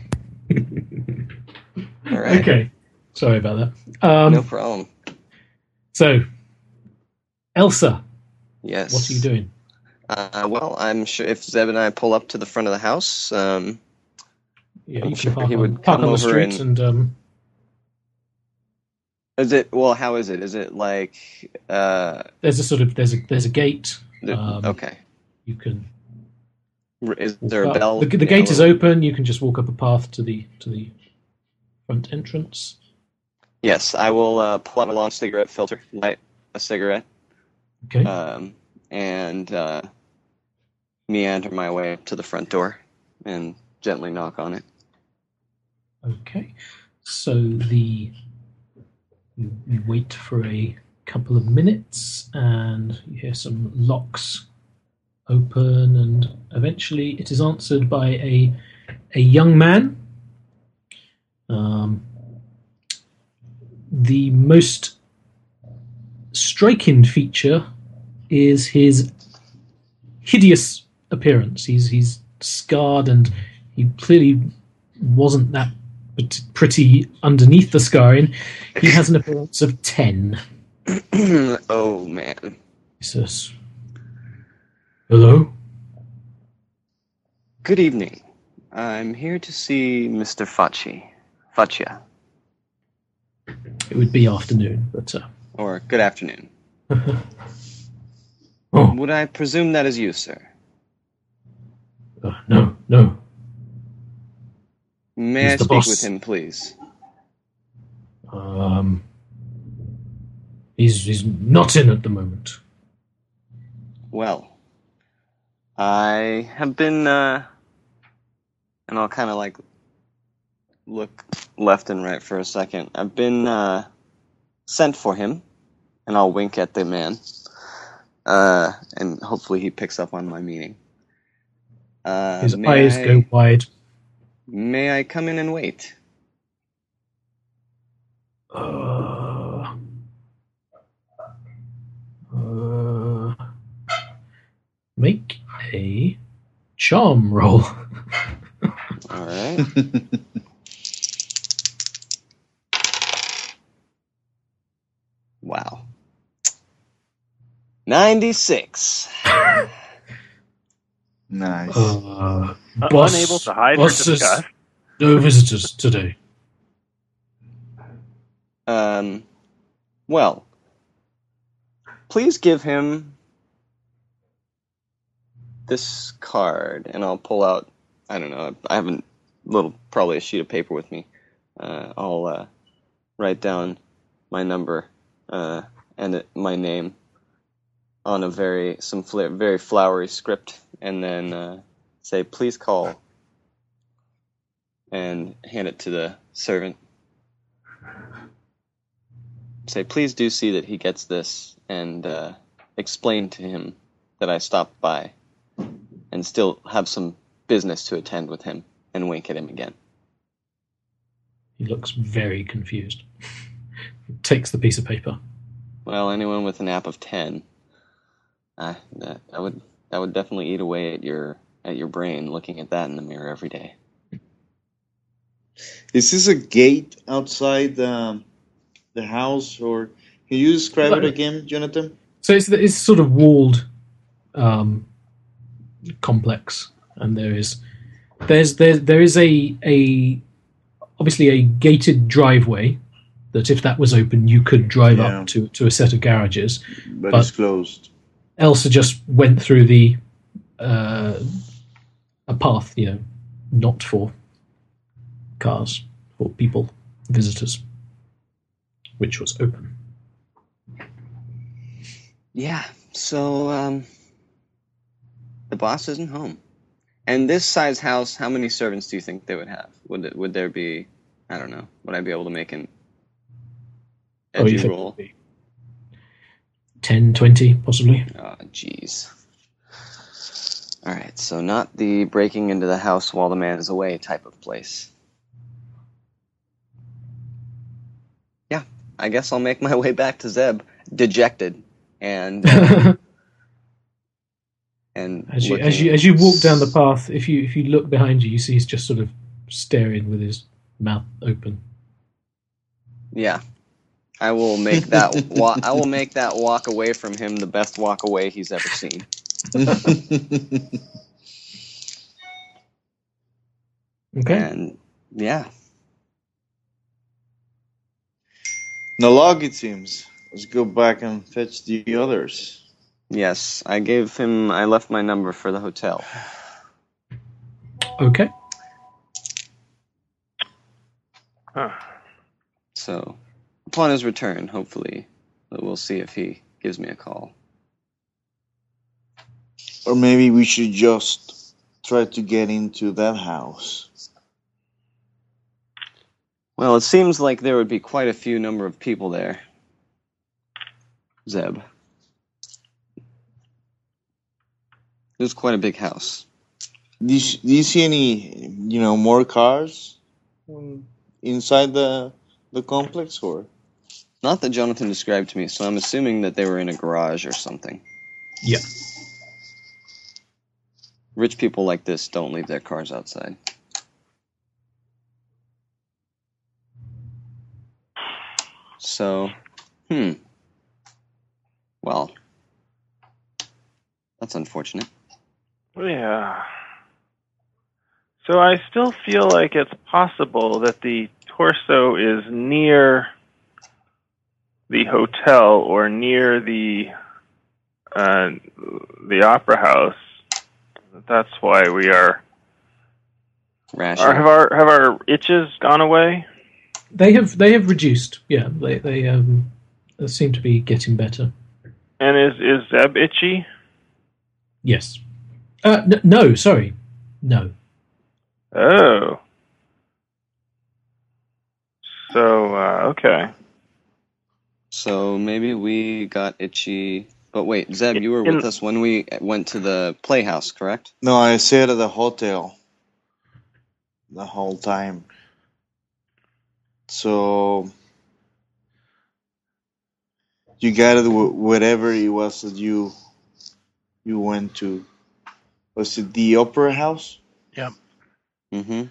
right,
okay. Sorry about that. Um,
no problem.
So, Elsa,
Yes.
what are you doing?
Uh, well, I'm sure if Zeb and I pull up to the front of the house, um,
Yeah,
I'm
you
sure
can park,
he
on,
would
park
come
on the
over
street and, um,
is it well? How is it? Is it like uh,
there's a sort of there's a there's a gate.
the-
Um,
okay?
You can
R- Is
walk
there a
up.
bell?
The, the
Yeah,
gate is
little-
open. You can just walk up a path to the to the front entrance.
Yes, I will uh, pull out a long cigarette filter, light a cigarette,
Okay.
um, and uh, meander my way to the front door and gently knock on it.
Okay, so the you, you wait for a couple of minutes, and you hear some locks open, and eventually it is answered by a a young man. Um, the most striking feature is his hideous appearance. He's he's scarred, and he clearly wasn't that pret- pretty underneath the scarring. He has an appearance of 10.
oh man,
He says, Hello?
good evening. I'm here to see Mr. Facci, Faccia,
It would be afternoon, but uh,
or good afternoon.
Oh.
Would I presume that is you, sir?
uh, no, no.
May
He's
I
the
speak
boss.
with him, please?
Um, he's, he's not in at the moment.
Well, I have been, uh, and I'll kind of like look left and right for a second. I've been uh, sent for him, and I'll wink at the man, uh, and hopefully he picks up on my meaning. Uh,
His
may
eyes
I,
go wide.
May I come in and wait?
Uh, uh, make a charm roll.
All right. wow. Ninety-six.
Nice.
Uh,
Uh,
Boss-
unable to hide or
bosses-
discuss.
no visitors today.
Um, well, please give him this card, and I'll pull out. I don't know. I haven't little probably a sheet of paper with me. Uh, I'll uh, write down my number uh, and it, my name on a very some fla- very flowery script, and then uh, say please call, and hand it to the servant say, please do see that he gets this and uh, explain to him that I stopped by and still have some business to attend with him and wink at him again.
He looks very confused. Takes the piece of paper.
Well, anyone with an app of 10, uh, that, that would that would definitely eat away at your at your brain looking at that in the mirror every day.
Is this a gate outside um, the house, or can you describe it
No.
again, Jonathan?
So it's it's sort of walled um, complex, and there is there's there there is a a obviously a gated driveway that if that was open you could drive
Yeah.
up to to a set of garages.
But,
But-
it's closed.
Elsa just went through the uh, a path, you know, not for cars, for people, visitors, which was open.
Yeah. So um, the boss isn't home. And this size house, how many servants do you think they would have? Would it, would there be? I don't know. Would I be able to make an
Oh, you
edgy
think
roll?
it'd be 10, 20, possibly.
Oh, jeez. All right. So not the breaking into the house while the man is away type of place. Yeah, I guess I'll make my way back to Zeb, dejected, and and
As you,
looking
as you as you walk down the path, if you if you look behind you, you see he's just sort of staring with his mouth open.
Yeah. I will make that wa- I will make that walk away from him the best walk away he's ever seen.
Okay.
And yeah,
no log, it seems. Let's go back and fetch the others.
yes, I gave him I left my number for the hotel.
Okay.
So upon his return, hopefully we'll see if he gives me a call.
Or maybe we should just try to get into that house.
Well, it seems like there would be quite a few number of people there. Zeb. It was quite a big house.
Do you, do you see any, you know, more cars inside the the complex, or
Not that Jonathan described to me, so I'm assuming that they were in a garage or something.
Yeah.
Rich people like this don't leave their cars outside. So, hmm. Well, that's unfortunate.
Yeah. So I still feel like it's possible that the torso is near the hotel or near the uh, the opera house. That's why we are.
Rash.
Are, have our have our itches gone away?
They have they have reduced. Yeah. They they um seem to be getting better.
And is is Zeb itchy?
Yes. Uh, n- no, sorry. No.
Oh. So uh, okay.
So maybe we got itchy. But wait, Zeb, you were
In-
with us when we went to the playhouse, correct?
no? I stayed at the hotel the whole time. So you got it. wh- Whatever it was that you you went to, was it the opera house?
Mm-hmm.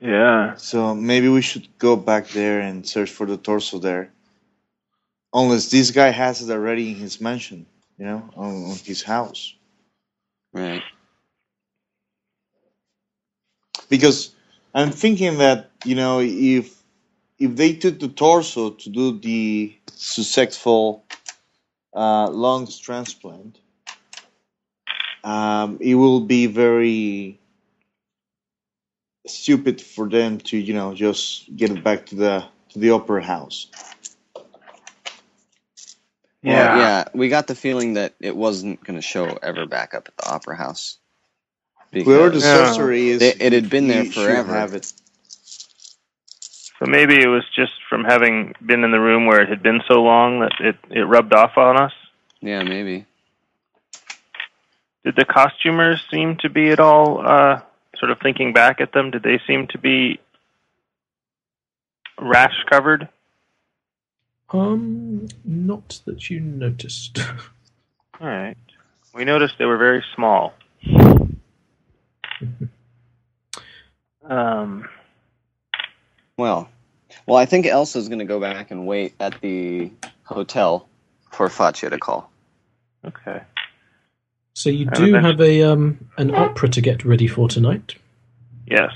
Yeah.
So maybe we should go back there and search for the torso there. Unless this guy has it already in his mansion, you know, on, on his house.
Right.
because I'm thinking that you know if if they took the torso to do the successful uh, lungs transplant, um, it will be very stupid for them to you know just get it back to the to the opera house.
Well, yeah, we got the feeling that it wasn't going to show ever back up at the opera house.
Whoever the
Because
Yeah.
sorcerer is,
they, it had been there
he should
forever.
have it.
So maybe it was just from having been in the room where it had been so long that it, it rubbed off on us.
Yeah, maybe.
Did the costumers seem to be at all, uh, sort of thinking back at them, did they seem to be rash covered?
Um, not that you noticed.
All right. We noticed they were very small. Um,
Well, well, I think Elsa's going to go back and wait at the hotel for Faccia to call.
okay.
So you
And
do
eventually-
have a um an opera to get ready for tonight.
Yes.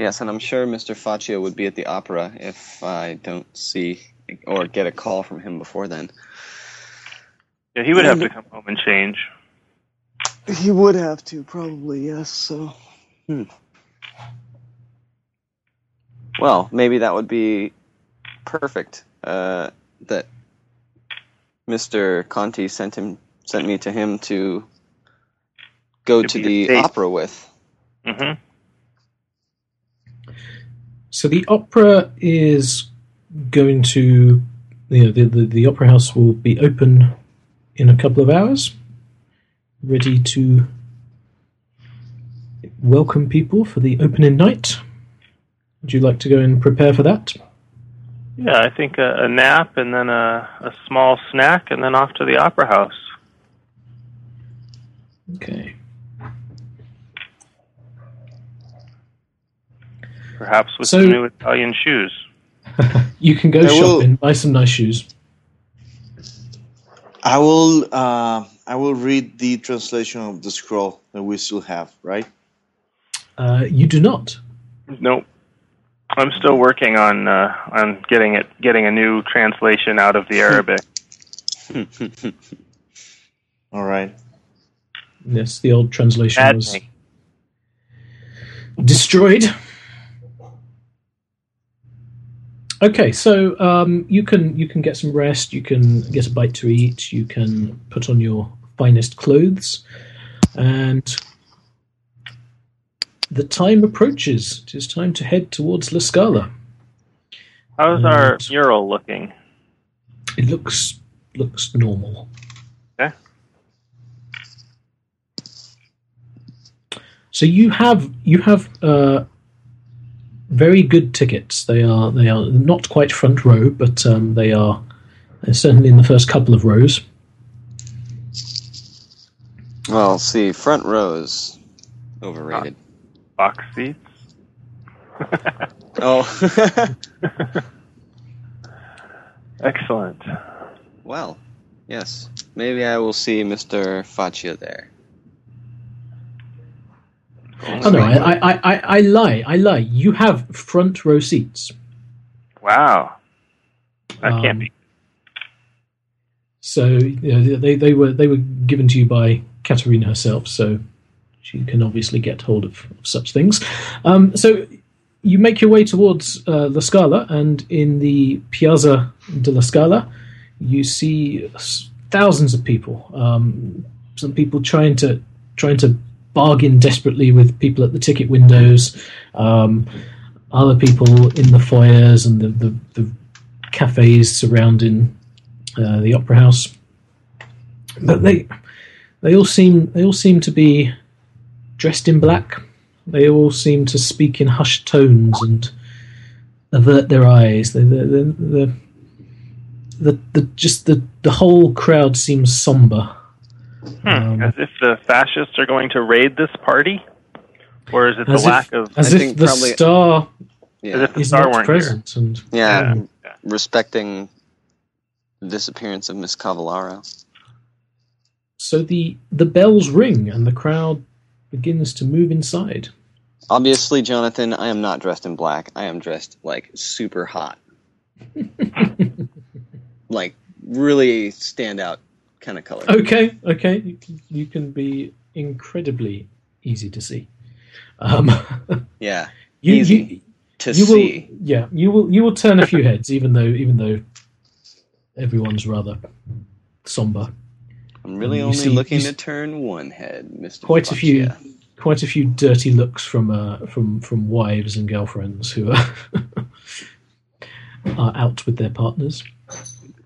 Yes, and I'm sure Mr. Faccia would be at the opera if I don't see or get a call from him before then.
Yeah, he would have to come home and change.
He would have to, probably, yes, so. Hmm. Well, maybe that would be perfect uh, that Mr. Conti sent him sent me to him to go
To
to
be
the
a date.
opera with.
hmm
So the opera is going to, you know, the, the, the opera house will be open in a couple of hours, ready to welcome people for the opening night. Would you like to go and prepare for that?
Yeah, I think a, a nap and then a, a small snack and then off to the opera house.
Okay.
Perhaps with
So-
some new Italian shoes.
You can go
I
shopping,
will-
buy some nice shoes.
I will uh, I will read the translation of the scroll that we still have, right?
Uh, you do not.
Nope. I'm still working on uh, on getting it getting a new translation out of the Arabic.
All right.
Yes, the old translation
Bad
was
thing.
destroyed. Okay, so um, you can you can get some rest. You can get a bite to eat. You can put on your finest clothes, and the time approaches. It is time to head towards La Scala.
How's our
Yes.
mural looking?
It looks looks normal.
Okay.
So you have you have uh, very good tickets. They are they are not quite front row, but um, they are they're certainly in the first couple of rows.
Well, see, front rows overrated.
Box seats.
Oh,
Excellent.
well, yes. Maybe I will see Mr. Faccia there.
Oh no, I, I, I, I, I lie, I lie. You have front row seats.
Wow. That
Um,
can't be.
So you know, they, they were they were given to you by Katerina herself, so she can obviously get hold of such things. Um, so you make your way towards uh, La Scala, and in the Piazza della Scala, you see s- thousands of people. Um, some people trying to trying to bargain desperately with people at the ticket windows. Um, other people in the foyers and the, the, the cafes surrounding uh, the opera house. But they they all seem they all seem to be dressed in black. They all seem to speak in hushed tones and avert their eyes. The the the, the, the, the just the, the whole crowd seems somber.
Hmm.
um,
as if the fascists are going to raid this party, or is it the
As
lack
if,
of
as
I
if
think
the
probably-
star
as
Yeah,
if the
is
star
not
weren't
present. And
yeah.
here? Yeah.
Respecting the disappearance of Miss Cavallaro.
so the the bells ring and the crowd begins to move inside.
Obviously, Jonathan, I am not dressed in black. I am dressed like super hot. like really stand out kind of color.
Okay, okay, you can, you can be incredibly easy to see. Um,
Yeah.
you,
Easy
you,
To
you
see.
will, yeah, you will, you will turn a few heads, even though, even though everyone's rather somber.
I'm really
you
only
see-
looking
you
to
s-
turn one head, Mr.
Quite a few,
Boccia.
quite a few dirty looks from uh, from from wives and girlfriends who are are out with their partners.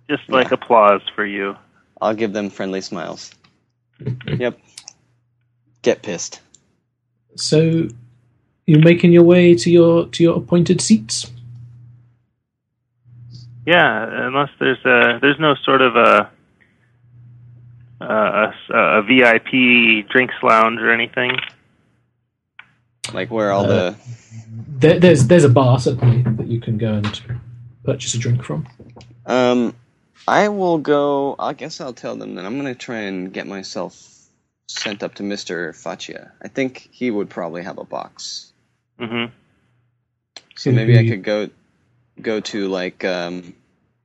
Just like applause for you.
I'll give them friendly smiles. yep. Get pissed.
So, you're making your way to your to your appointed seats.
Yeah, unless there's a there's no sort of a a, a, a VIP drinks lounge or anything.
Like where all
Uh,
the
There, there's there's a bar certainly that you can go and purchase a drink from.
Um, I will go. I guess I'll tell them that I'm going to try and get myself sent up to Mister Faccia. I think he would probably have a box,
hmm
so maybe I
Mhm.
could go go to like um,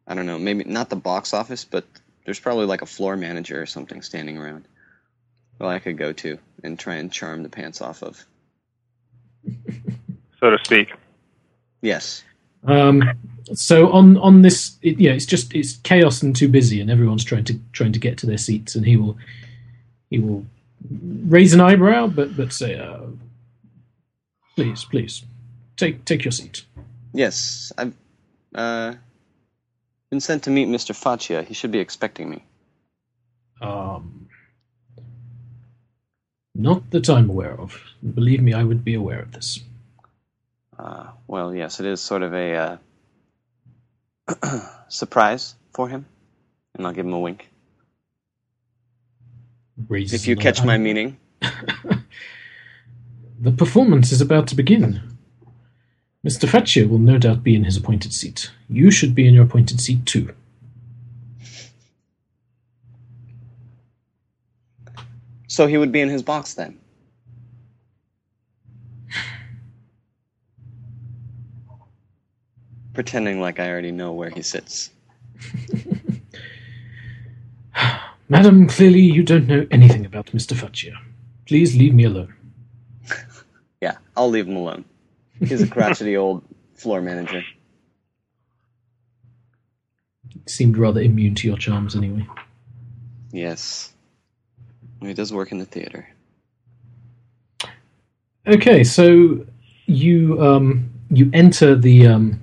I don't know, maybe not the box office, but there's probably like a floor manager or something standing around. Well, I could go to and try and charm the pants off of.
so to speak.
Yes.
Um, so on on this, it, yeah, it's just it's chaos and too busy, and everyone's trying to trying to get to their seats, and he will he will raise an eyebrow, but but say, uh, please, please, take take your seat.
Yes, I've uh, been sent to meet Mr. Faccia. He should be expecting me.
Um, not that I'm aware of. Believe me, I would be aware of this.
Uh, well, yes, it is sort of a uh, surprise for him, and I'll give him a wink.
Raises
If you
another
catch my
eyebrow.
meaning,
the performance is about to begin. Mr. Faccio will no doubt be in his appointed seat. You should be in your appointed seat too.
so he would be in his box then. Pretending like I already know where he sits.
Madam, clearly you don't know anything about Mr. Faccio. Please leave me alone.
Yeah, I'll leave him alone. He's a crotchety old floor manager.
He seemed rather immune to your charms anyway.
Yes. He does work in the theater.
Okay, so you um, you enter the um,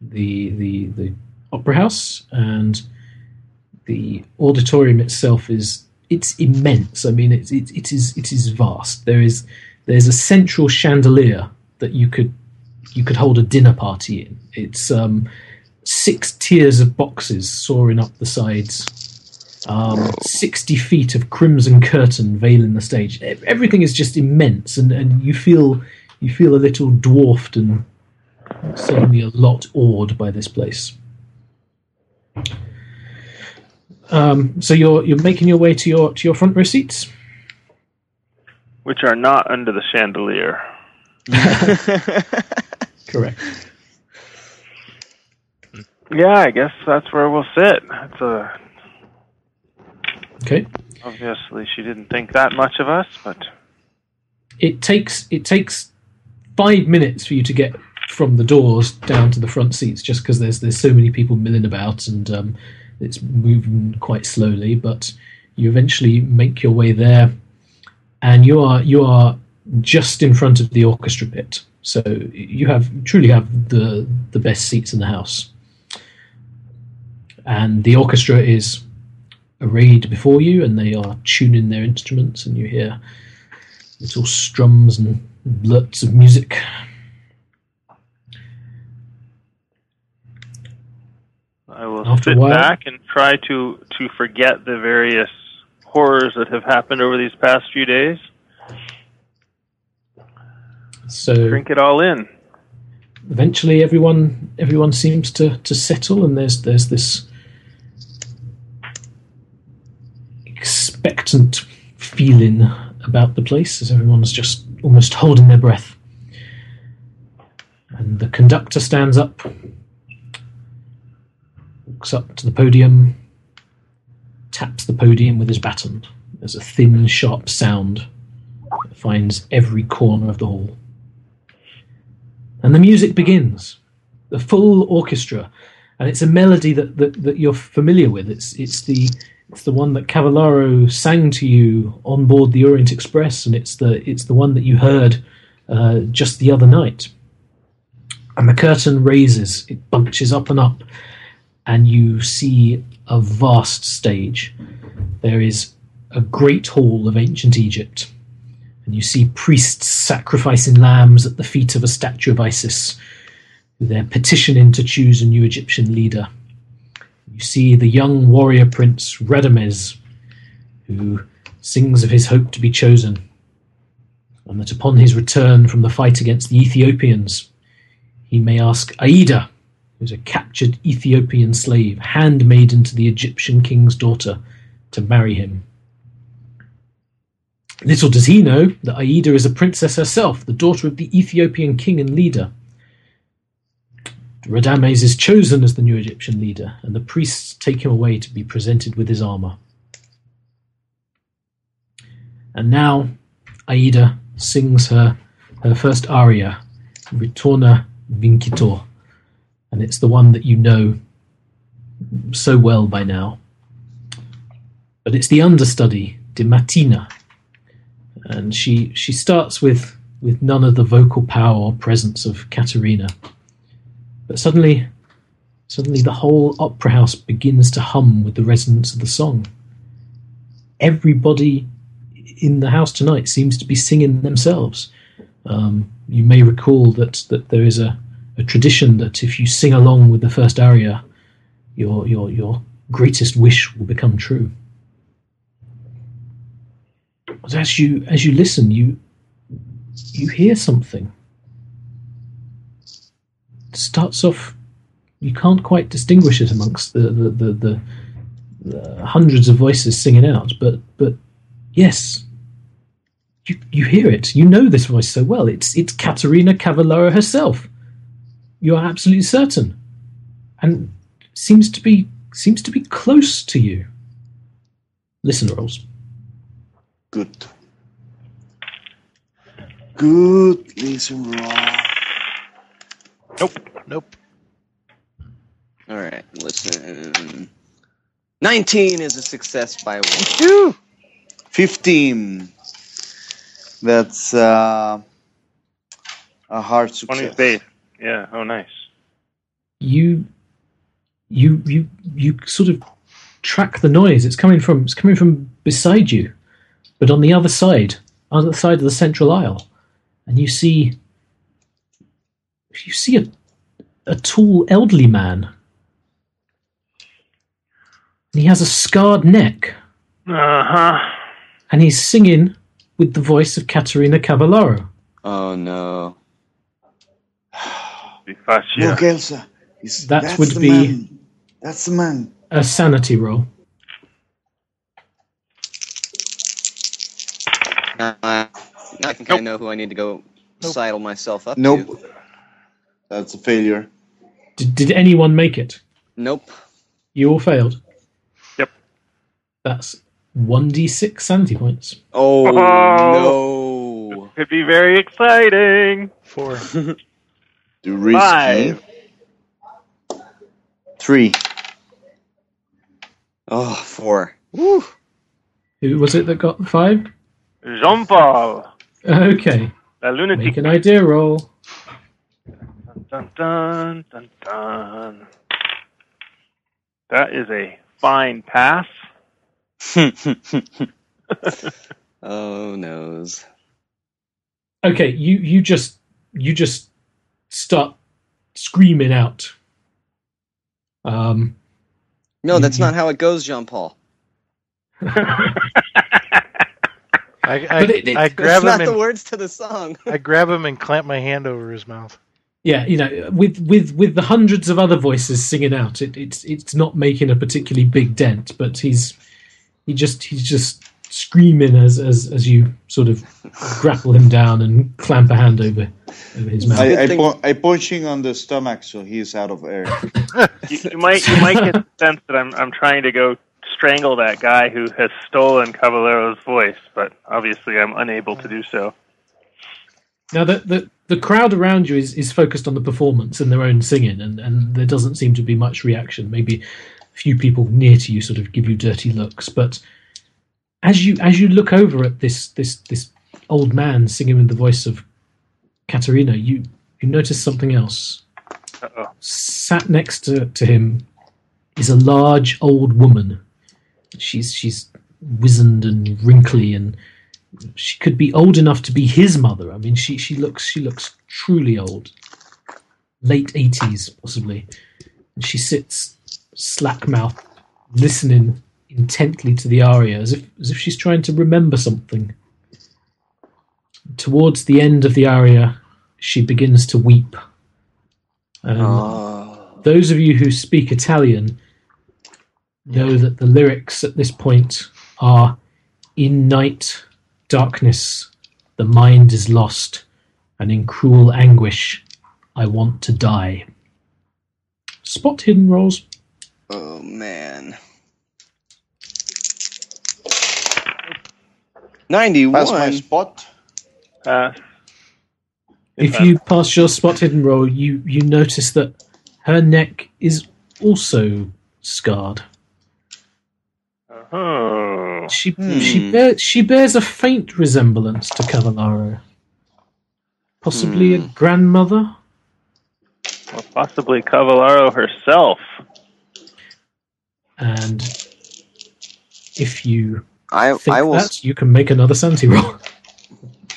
the the the opera house and the auditorium itself is it's immense. I mean, it's it, it is it is vast. There is there's a central chandelier that you could you could hold a dinner party in. It's um, six tiers of boxes soaring up the sides um, 60 feet of crimson curtain veiling the stage. E- Everything is just immense, and, and you feel you feel a little dwarfed and suddenly a lot awed by this place. Um, so you're you're making your way to your to your front row seats.
Which are not under the chandelier.
Correct.
Yeah, I guess that's where we'll sit. That's uh, a
Okay.
obviously she didn't think that much of us, but
It takes it takes five minutes for you to get from the doors down to the front seats, just because there's there's so many people milling about and um, it's moving quite slowly. But you eventually make your way there, and you are you are just in front of the orchestra pit. So you have truly have the the best seats in the house, and the orchestra is arrayed before you, and they are tuning their instruments, and you hear little strums and blurts of music.
I will
After a
sit
while-
back and try to to forget the various horrors that have happened over these past few days.
So
Drink it all in.
eventually, everyone everyone seems to, to settle, and there's there's this expectant feeling about the place as everyone's just almost holding their breath. And the conductor stands up, walks up to the podium, taps the podium with his baton. There's a thin, sharp sound that finds every corner of the hall. And the music begins. The full orchestra. And it's a melody that, that, that you're familiar with. It's it's the it's the one that Cavallaro sang to you on board the Orient Express, and it's the it's the one that you heard uh, just the other night. And the curtain raises, it bunches up and up, and you see a vast stage. There is a great hall of ancient Egypt, and you see priests sacrificing lambs at the feet of a statue of Isis, who they're petitioning to choose a new Egyptian leader. You see the young warrior prince Radames, who sings of his hope to be chosen, and that upon his return from the fight against the Ethiopians, he may ask Aida, who's a captured Ethiopian slave, handmaiden to the Egyptian king's daughter, to marry him. Little does he know that Aida is a princess herself, the daughter of the Ethiopian king and leader. Radames is chosen as the new Egyptian leader, and the priests take him away to be presented with his armor. And now Aida sings her, her first aria, Ritorna Vincitor, and it's the one that you know so well by now. But it's the understudy, De Mattina, and she, she starts with, with none of the vocal power or presence of Caterina. But suddenly, suddenly the whole opera house begins to hum with the resonance of the song. Everybody in the house tonight seems to be singing themselves. Um, you may recall that, that there is a, a tradition that if you sing along with the first aria, your, your, your greatest wish will become true. But as you as you listen, you you hear something starts off you can't quite distinguish it amongst the the, the, the the, uh, hundreds of voices singing out but but yes you, you hear it you know this voice so well it's it's Caterina Cavallaro herself you are absolutely certain and seems to be seems to be close to you listen rolls
Good. Good listen roll.
Nope. Nope.
All right, listen. 19 is a success by one.
15. That's uh, a
On
hard
his
success.
base. Yeah. Oh, nice.
you you you you sort of track the noise it's coming from it's coming from beside you but on the other side other side of the central aisle and you see you see a a tall elderly man and he has a scarred neck
Uh huh.
and he's singing with the voice of Caterina Cavallaro
Oh no.
Bifaccia.
Look, Elsa. It's,
That
that's
would
the
be-
man. That's the man.
a sanity roll
Uh, now I think I know who I need to go sidle myself up to.
Nope. That's a failure.
did, did anyone make it
Nope.
you all failed
Yep.
That's 1d6 sanity points.
Oh,
Oh. Could be very exciting.
Four.
Too risky.
Five.
Three.
no. Oh, four.
Who was it that got the five?
Jean Paul,
Okay,
la
make
lunatic.
an idea roll.
Dun, dun, dun, dun. That is a fine pass.
oh noes.
Okay, you you just you just start screaming out. Um,
No, that's not how it goes, Jean Paul.
I,
But it-
I,
it-
I
That's
grab
not
him
the
and
words to the song.
I grab him and clamp my hand over his mouth.
yeah, you know, with with with the hundreds of other voices singing out, it, it's it's not making a particularly big dent. But he's he just he's just screaming as, as, as you sort of grapple him down and clamp a hand over, over his mouth.
I, I,
thing-
po- I punch him on the stomach so he's out of air.
You, you might you might get the sense that I'm I'm trying to go strangle that guy who has stolen Caballero's voice, but obviously I'm unable to do so.
Now the, the the crowd around you is, is focused on the performance and their own singing, and, and there doesn't seem to be much reaction. Maybe a few people near to you sort of give you dirty looks, but as you as you look over at this this this old man singing with the voice of Katerina, you you notice something else.
Uh-oh.
Sat next to, to him is a large old woman. She's she's wizened and wrinkly and she could be old enough to be his mother. I mean, she she looks she looks truly old, late eighties possibly. And she sits slack mouthed, listening intently to the aria, as if as if she's trying to remember something. Towards the end of the aria, she begins to weep. Um, Those of you who speak Italian know that the lyrics at this point are in night darkness, the mind is lost, and in cruel anguish, I want to die. Spot hidden rolls.
Oh man.
That's my
Ninety-one.
spot.
Uh,
If you pass your spot hidden roll, you, you notice that her neck is also scarred.
oh,
She
Hmm.
she bears she bears a faint resemblance to Cavallaro. Possibly
Hmm.
a grandmother?
well, possibly Cavallaro herself.
And if you
I
think
I will
that, you can make another sanity roll.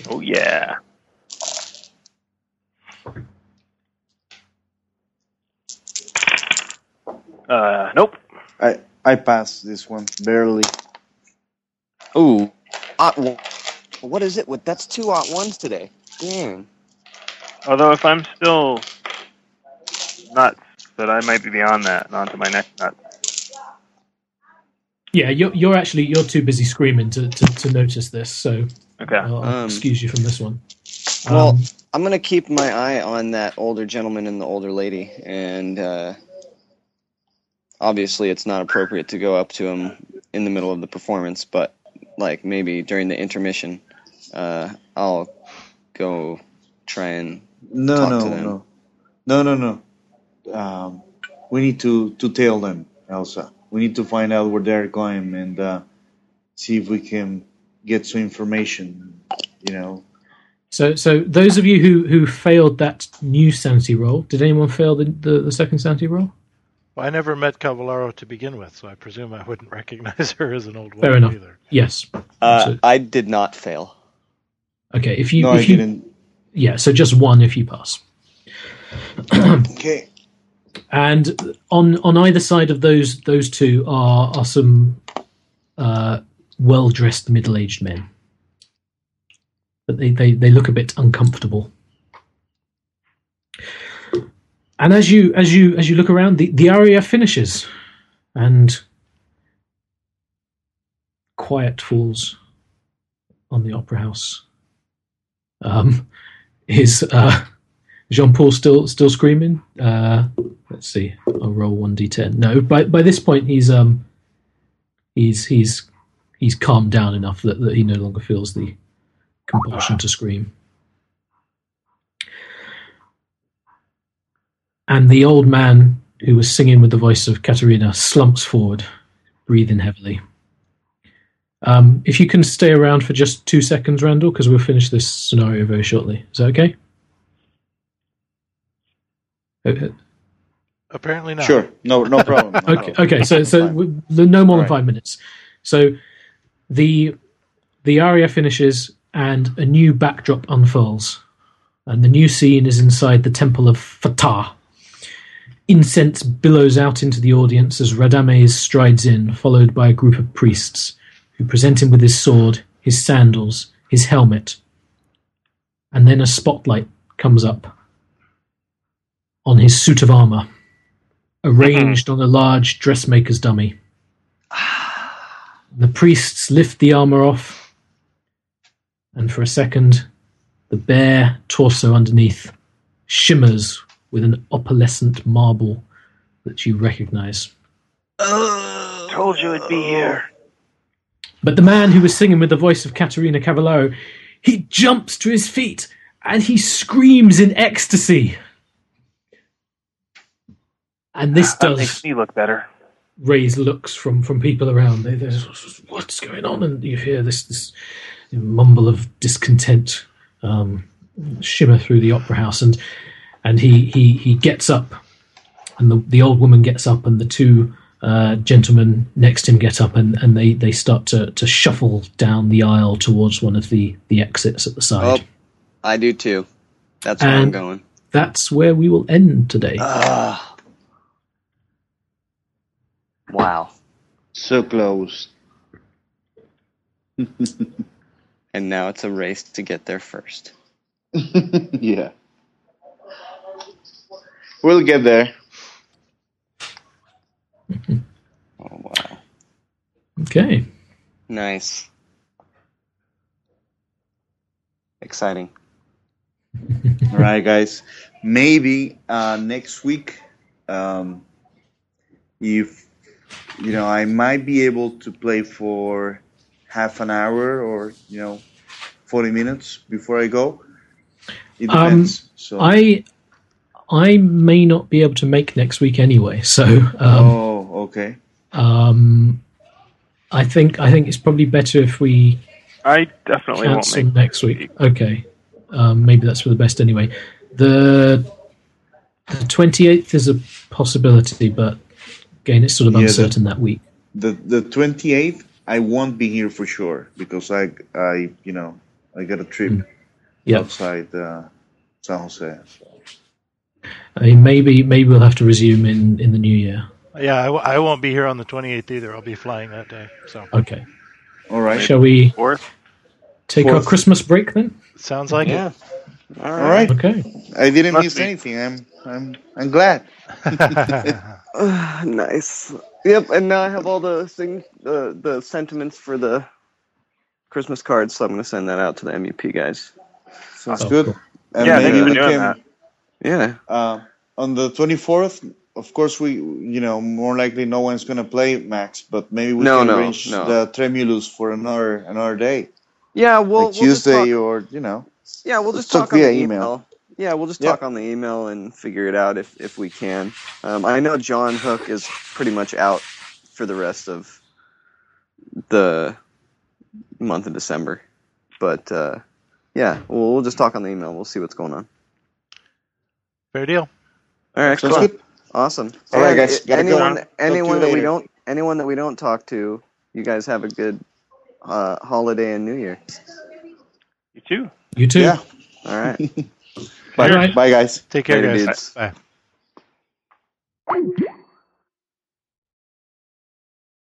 Oh yeah. Uh, nope.
I, I passed this one barely.
Ooh, ot one. What is it? With that's two ot ones today. Dang.
Although if I'm still nuts, that I might be beyond that and onto my next nut.
Yeah, you're, you're actually you're too busy screaming to, to, to notice this, so
Okay.
I'll I'll
Um,
excuse you from this one.
Well,
Um,
I'm gonna keep my eye on that older gentleman and the older lady, and uh, obviously it's not appropriate to go up to him in the middle of the performance, but like maybe during the intermission, uh, I'll go try and
No,
Talk to
no,
them.
no. No, no, no. Um, we need to, to tell them, Elsa. We need to find out where they're going and uh, see if we can get some information, you know.
so so those of you who, who failed that new sanity roll, did anyone fail the, the, the second sanity roll?
Well, I never met Cavallaro to begin with, so I presume I wouldn't recognize her as an old woman
Fair enough.
either.
Yes.
Uh,
Absolutely.
I did not fail.
Okay. If you
no,
if
I
you
didn't.
yeah, so just one if you pass.
Okay.
and on on either side of those those two are are some uh, well dressed middle aged men, but they, they they look a bit uncomfortable. And as you as you as you look around, the the aria finishes, and quiet falls on the opera house. Um, is uh, Jean Paul still still screaming? Uh, let's see. I'll roll one d10. No, by by this point he's um he's he's he's calmed down enough that, that he no longer feels the compulsion to scream. And the old man who was singing with the voice of Katerina slumps forward, breathing heavily. Um, if you can stay around for just two seconds, Randall, because we'll finish this scenario very shortly. Is that okay? Uh,
Apparently not.
Sure. No, no problem. no
okay,
problem.
okay so so
Fine.
w- no more than
Alright.
five minutes so the the aria finishes and a new backdrop unfurls and the new scene is inside the temple of fatah incense billows out into the audience as radames strides in followed by a group of priests who present him with his sword his sandals his helmet and then a spotlight comes up on his suit of armor arranged on a large dressmaker's dummy. The priests lift the armor off, and for a second, the bare torso underneath shimmers with an opalescent marble that you recognize.
Told you it'd be here.
But the man who was singing with the voice of Caterina Cavallo, he jumps to his feet and he screams in ecstasy. And this
That
does
makes me look better.
raise looks from from people around. They, they're just, what's going on? And you hear this this mumble of discontent um, shimmer through the opera house, and and he he he gets up, and the the old woman gets up, and the two. Uh, gentlemen next to him get up and, and they, they start to, to shuffle down the aisle towards one of the, the exits at the side.
Oh, I do too. That's where I'm
And-
going.
That's where we will end today.
Ah. Wow.
So close.
And now it's a race to get there first.
yeah. We'll get there.
Oh, wow.
Okay.
Nice. Exciting.
All right, guys. Maybe uh, next week, um, if you know, I might be able to play for half an hour or you know, forty minutes before I go. It
Um,
depends. so
I I may not be able to make next week anyway, so um,
oh, okay.
um, I think I think it's probably better if we
I definitely won't
cancel
make.
next week. Okay, um, maybe that's for the best anyway. The the twenty eighth is a possibility, but again, it's sort of
Yeah, the-
uncertain that week.
The the twenty eighth, I won't be here for sure because I I you know I got a trip
Mm, Yeah,
outside uh, San Jose.
I mean, maybe maybe we'll have to resume in in the new year.
Yeah, I, w- I won't be here on the 28th either. I'll be flying that day. So
Okay,
All right.
shall we
Fourth.
take our
Fourth.
Christmas break then?
sounds like it.
Yeah. All
All right.
Okay.
I didn't
Must
miss
be.
anything. I'm I'm I'm glad.
Ah, nice. Yep, and now I have all the thing, the the sentiments for the Christmas cards, so I'm gonna send that out to the MEP guys.
Sounds
Oh,
good.
cool.
And
yeah,
maybe
thank you for
we
doing
can,
that.
Yeah.
Uh, on the 24th, of course, we you know more likely no one's gonna play Max, but maybe we
No,
can
no,
arrange
no.
the Tremulous for another another day,
Yeah, we'll,
like
we'll just
Tuesday
talk,
or you know.
yeah, we'll just
talk
talk on
via
the
email.
email. Yeah, we'll just
Yeah.
talk on the email and figure it out if, if we can. Um, I know John Hook is pretty much out for the rest of the month of December, but uh, yeah, we'll, we'll just talk on the email. We'll see what's going on.
Fair deal.
All right,
Sounds
cool.
good.
Awesome.
All right,
And
guys,
i-
gotta go.
anyone,
Talk to you
anyone that we
later.
don't, anyone that we don't talk to, you guys have a good uh, holiday and New Year.
You too.
You too.
Yeah.
All right,
Bye.
All right.
Bye, guys.
Take care,
Later,
guys.
dudes.
Bye.